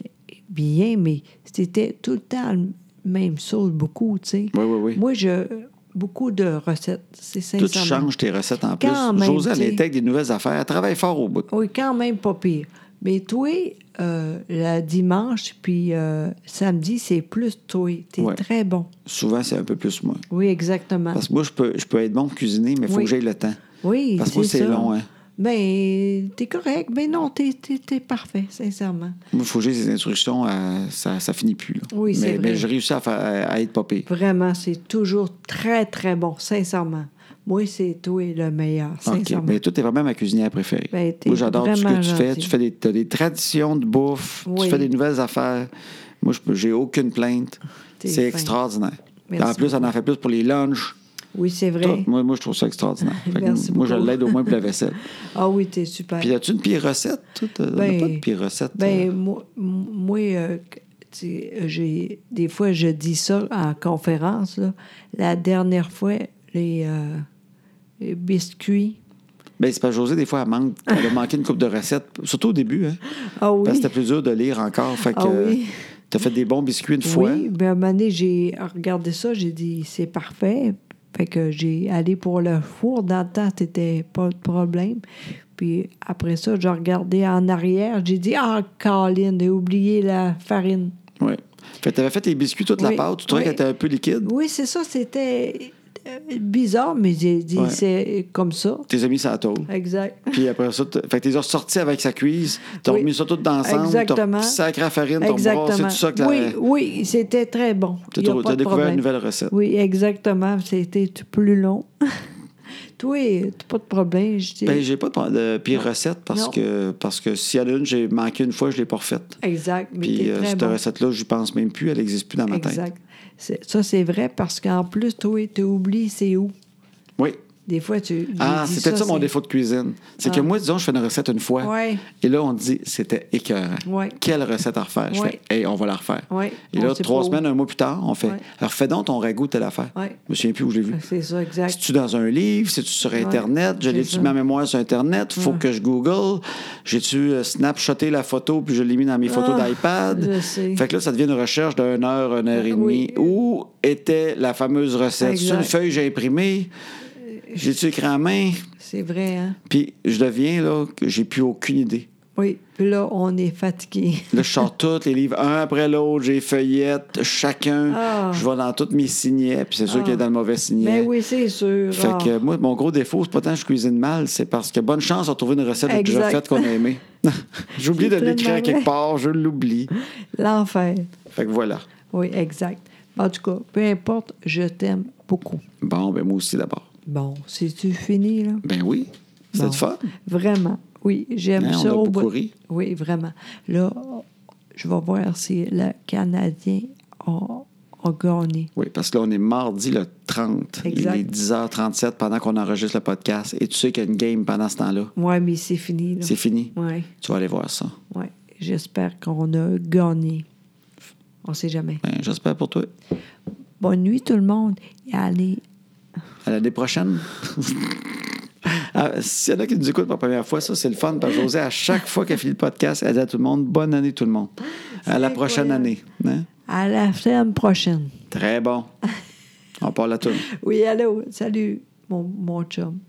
B: bien, mais c'était tout le temps le même sauce beaucoup, tu sais.
A: Oui, oui, oui.
B: Moi je beaucoup de recettes, c'est
A: Tout
B: sincèrement.
A: change tes recettes en plus.
B: Quand même,
A: Josée, elle
B: t'sais.
A: intègre des nouvelles affaires. Elle travaille fort au bout.
B: Oui, quand même pas pire. Mais toi, euh, le dimanche puis euh, samedi, c'est plus toi. T'es
A: Ouais.
B: très bon.
A: Souvent, c'est un peu plus moi.
B: Oui, exactement.
A: Parce que moi, je peux, je peux être bon pour cuisiner, mais il faut
B: Ah. Oui.
A: que j'aie le temps.
B: Oui,
A: Parce que moi, c'est
B: ça.
A: long, hein.
B: Ben, t'es correct. Ben non, t'es, t'es- t'es parfait, sincèrement.
A: Moi, il faut que j'aie des instructions, euh, ça, ça finit plus. là.
B: Oui, c'est
A: mais,
B: vrai.
A: mais je réussis à, faire- à- à être pas pire.
B: Vraiment, c'est toujours très, très bon, sincèrement. Moi, c'est toi le meilleur,
A: OK.
B: sincèrement.
A: Mais toi, t'es vraiment ma cuisinière préférée.
B: Ben, t'es
A: Moi, j'adore tout ce que
B: vraiment
A: tu fais.
B: gentille.
A: Tu fais des, t'as des traditions de bouffe,
B: Oui.
A: tu fais des nouvelles affaires. Moi, je peux- j'ai aucune plainte.
B: T'es
A: C'est
B: fin.
A: extraordinaire.
B: Merci
A: en plus, on en fait plus pour les lunchs.
B: Oui, c'est vrai.
A: Tout. Moi, moi, je trouve ça extraordinaire.
B: *laughs*
A: Fait que
B: Merci
A: moi, je
B: beaucoup.
A: l'aide au moins pour la
B: *laughs*
A: vaisselle.
B: Ah oui, t'es super.
A: Puis, as-tu une pire recette? Toi, t'as- on n'a
B: Ben,
A: pas de pire recette. euh?
B: Ben, moi, m- moi euh, tu sais, j'ai, des fois, je dis ça en conférence. là. La dernière fois, les, euh, les biscuits.
A: Ben, c'est pas José, des fois, elle manque. Elle a manqué une coupe de recettes, surtout au début, hein.
B: Ah oui.
A: Parce que c'était plus dur de lire encore. Fait que
B: Ah oui.
A: t'as fait des bons biscuits une fois.
B: Oui, ben, à un moment donné, j'ai regardé ça, j'ai dit, c'est parfait. Fait que j'ai allé pour le four. Dans le temps, c'était pas de problème. Puis après ça, j'ai regardé en arrière, j'ai dit, ah, Caroline, j'ai oublié la farine.
A: Oui. Fait que t'avais fait les biscuits toute la
B: Oui.
A: pâte. Tu trouvais
B: Oui.
A: qu'elle était un peu liquide?
B: Oui, c'est ça, c'était euh, bizarre, mais j'ai dit,
A: Ouais.
B: c'est comme ça.
A: Tes amis, ça tôle.
B: Exact.
A: Puis après ça, t'as- fait que t'es ressorti avec sa cuisse, t'as
B: Oui.
A: remis ça tout ensemble,
B: Exactement.
A: t'as sacré la farine, t'as brassé
B: Exactement.
A: tout ça. que la-
B: Oui, oui, c'était très bon.
A: T'as
B: Il y a
A: trou-
B: pas
A: t'as
B: de
A: découvert
B: problème.
A: une nouvelle recette.
B: Oui, exactement. C'était tout plus long. *laughs* Toi, t'as pas de problème. je dis-
A: Ben, j'ai pas de, de pire recette parce
B: Non.
A: que parce que s'il y en a une, j'ai manqué une fois, je l'ai pas refaite.
B: exact, mais
A: Puis
B: t'es
A: euh,
B: très
A: cette
B: bon.
A: recette-là, je pense même plus, elle n'existe plus dans ma tête.
B: Exact. C'est- Ça, c'est vrai parce qu'en plus, toi, tu oublies c'est où.
A: Oui.
B: Des fois, tu.
A: Ah,
B: j'ai dit
A: c'est peut-être ça, mon
B: c'est- Ah.
A: défaut de cuisine. C'est que moi, disons, je fais une recette une fois.
B: Ouais.
A: Et là, on dit, c'était écœurant.
B: Ouais.
A: Quelle recette à refaire? Je
B: Ouais.
A: fais, hey, on va la refaire.
B: Ouais.
A: Et
B: On
A: là,
B: sait
A: trois
B: pas où.
A: semaines, un mois plus tard, on fait,
B: Ouais.
A: alors fais donc ton ragoût de telle affaire.
B: Ouais.
A: Je me souviens plus où j'ai vu.
B: C'est ça, exact.
A: C'est-tu dans un livre? C'est-tu sur Internet? Je
B: c'est
A: l'ai-tu
B: ça.
A: mis en mémoire sur Internet? Faut que je Google. J'ai-tu euh, snapshoté la photo puis je l'ai mis dans mes photos
B: Ah, je
A: d'iPad?
B: sais.
A: Fait que là, ça devient une recherche d'une heure, une heure et demie.
B: Oui.
A: Où était la fameuse recette? C'est
B: Exact. Euh,
A: une feuille que j'ai imprimée? J'ai-tu écrit en main?
B: C'est vrai, hein?
A: Puis je deviens là que j'ai plus aucune idée.
B: Oui. Puis là, on est fatigué.
A: Là, je sors tous les livres un après l'autre, j'ai feuillette chacun.
B: Ah. Ben
A: Je vais dans tous mes signets, puis c'est sûr qu'il est dans le mauvais signet.
B: Mais oui, c'est sûr.
A: Fait
B: Ah.
A: que euh, moi, mon gros défaut, c'est pas tant que je cuisine mal, c'est parce que bonne chance à trouver une recette que déjà
B: Exact.
A: faite qu'on a
B: *laughs*
A: aimée. J'oublie
B: C'est
A: de l'écrire à
B: tellement
A: quelque
B: vrai.
A: part, je l'oublie.
B: L'enfer.
A: Fait que voilà.
B: Oui, exact. En tout cas, peu importe, je t'aime beaucoup.
A: Bon, ben moi aussi d'abord.
B: Bon, c'est-tu fini, là?
A: Ben oui, c'est
B: Bon.
A: le fun.
B: Vraiment. Oui, j'aime
A: Hein, on
B: ça.
A: a
B: au
A: beaucoup
B: bout.
A: ri.
B: Oui, vraiment. Là, je vais voir si le Canadien a, a gagné.
A: Oui, parce que là, on est mardi le 30.
B: Exact.
A: Il est 10h37 pendant qu'on enregistre le podcast. Et tu sais qu'il y a une game pendant ce temps-là.
B: Oui, mais c'est fini. là.
A: C'est fini.
B: Oui,
A: Tu vas aller voir ça.
B: oui. J'espère qu'on a gagné. On sait jamais.
A: Ben, J'espère pour toi.
B: Bonne nuit, tout le monde. Et allez.
A: À l'année prochaine. Ah, S'il y en a qui nous écoutent pour la première fois, ça, c'est le fun. Parce que Josée, à chaque fois qu'elle finit le podcast, elle dit à tout le monde Bonne année, tout le monde. À la
B: C'est
A: prochaine
B: incroyable.
A: année. Hein?
B: À la semaine prochaine.
A: Très bon. On parle à tout.
B: Oui, allô. Salut, mon, mon chum.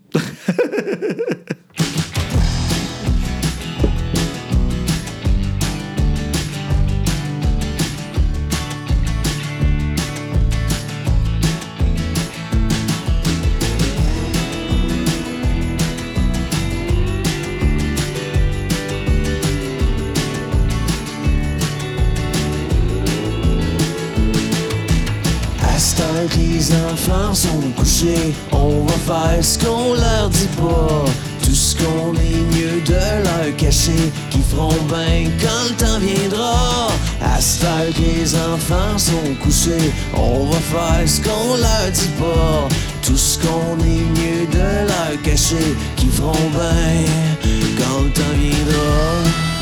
C: Hasta que les enfants sont couchés, on va faire ce qu'on leur dit pas. Tout ce qu'on est mieux de leur cacher, qui feront bien quand le temps viendra. À cette heure que les enfants sont couchés, on va faire ce qu'on leur dit pas. Tout ce qu'on est mieux de leur cacher, qui feront bien quand le temps viendra.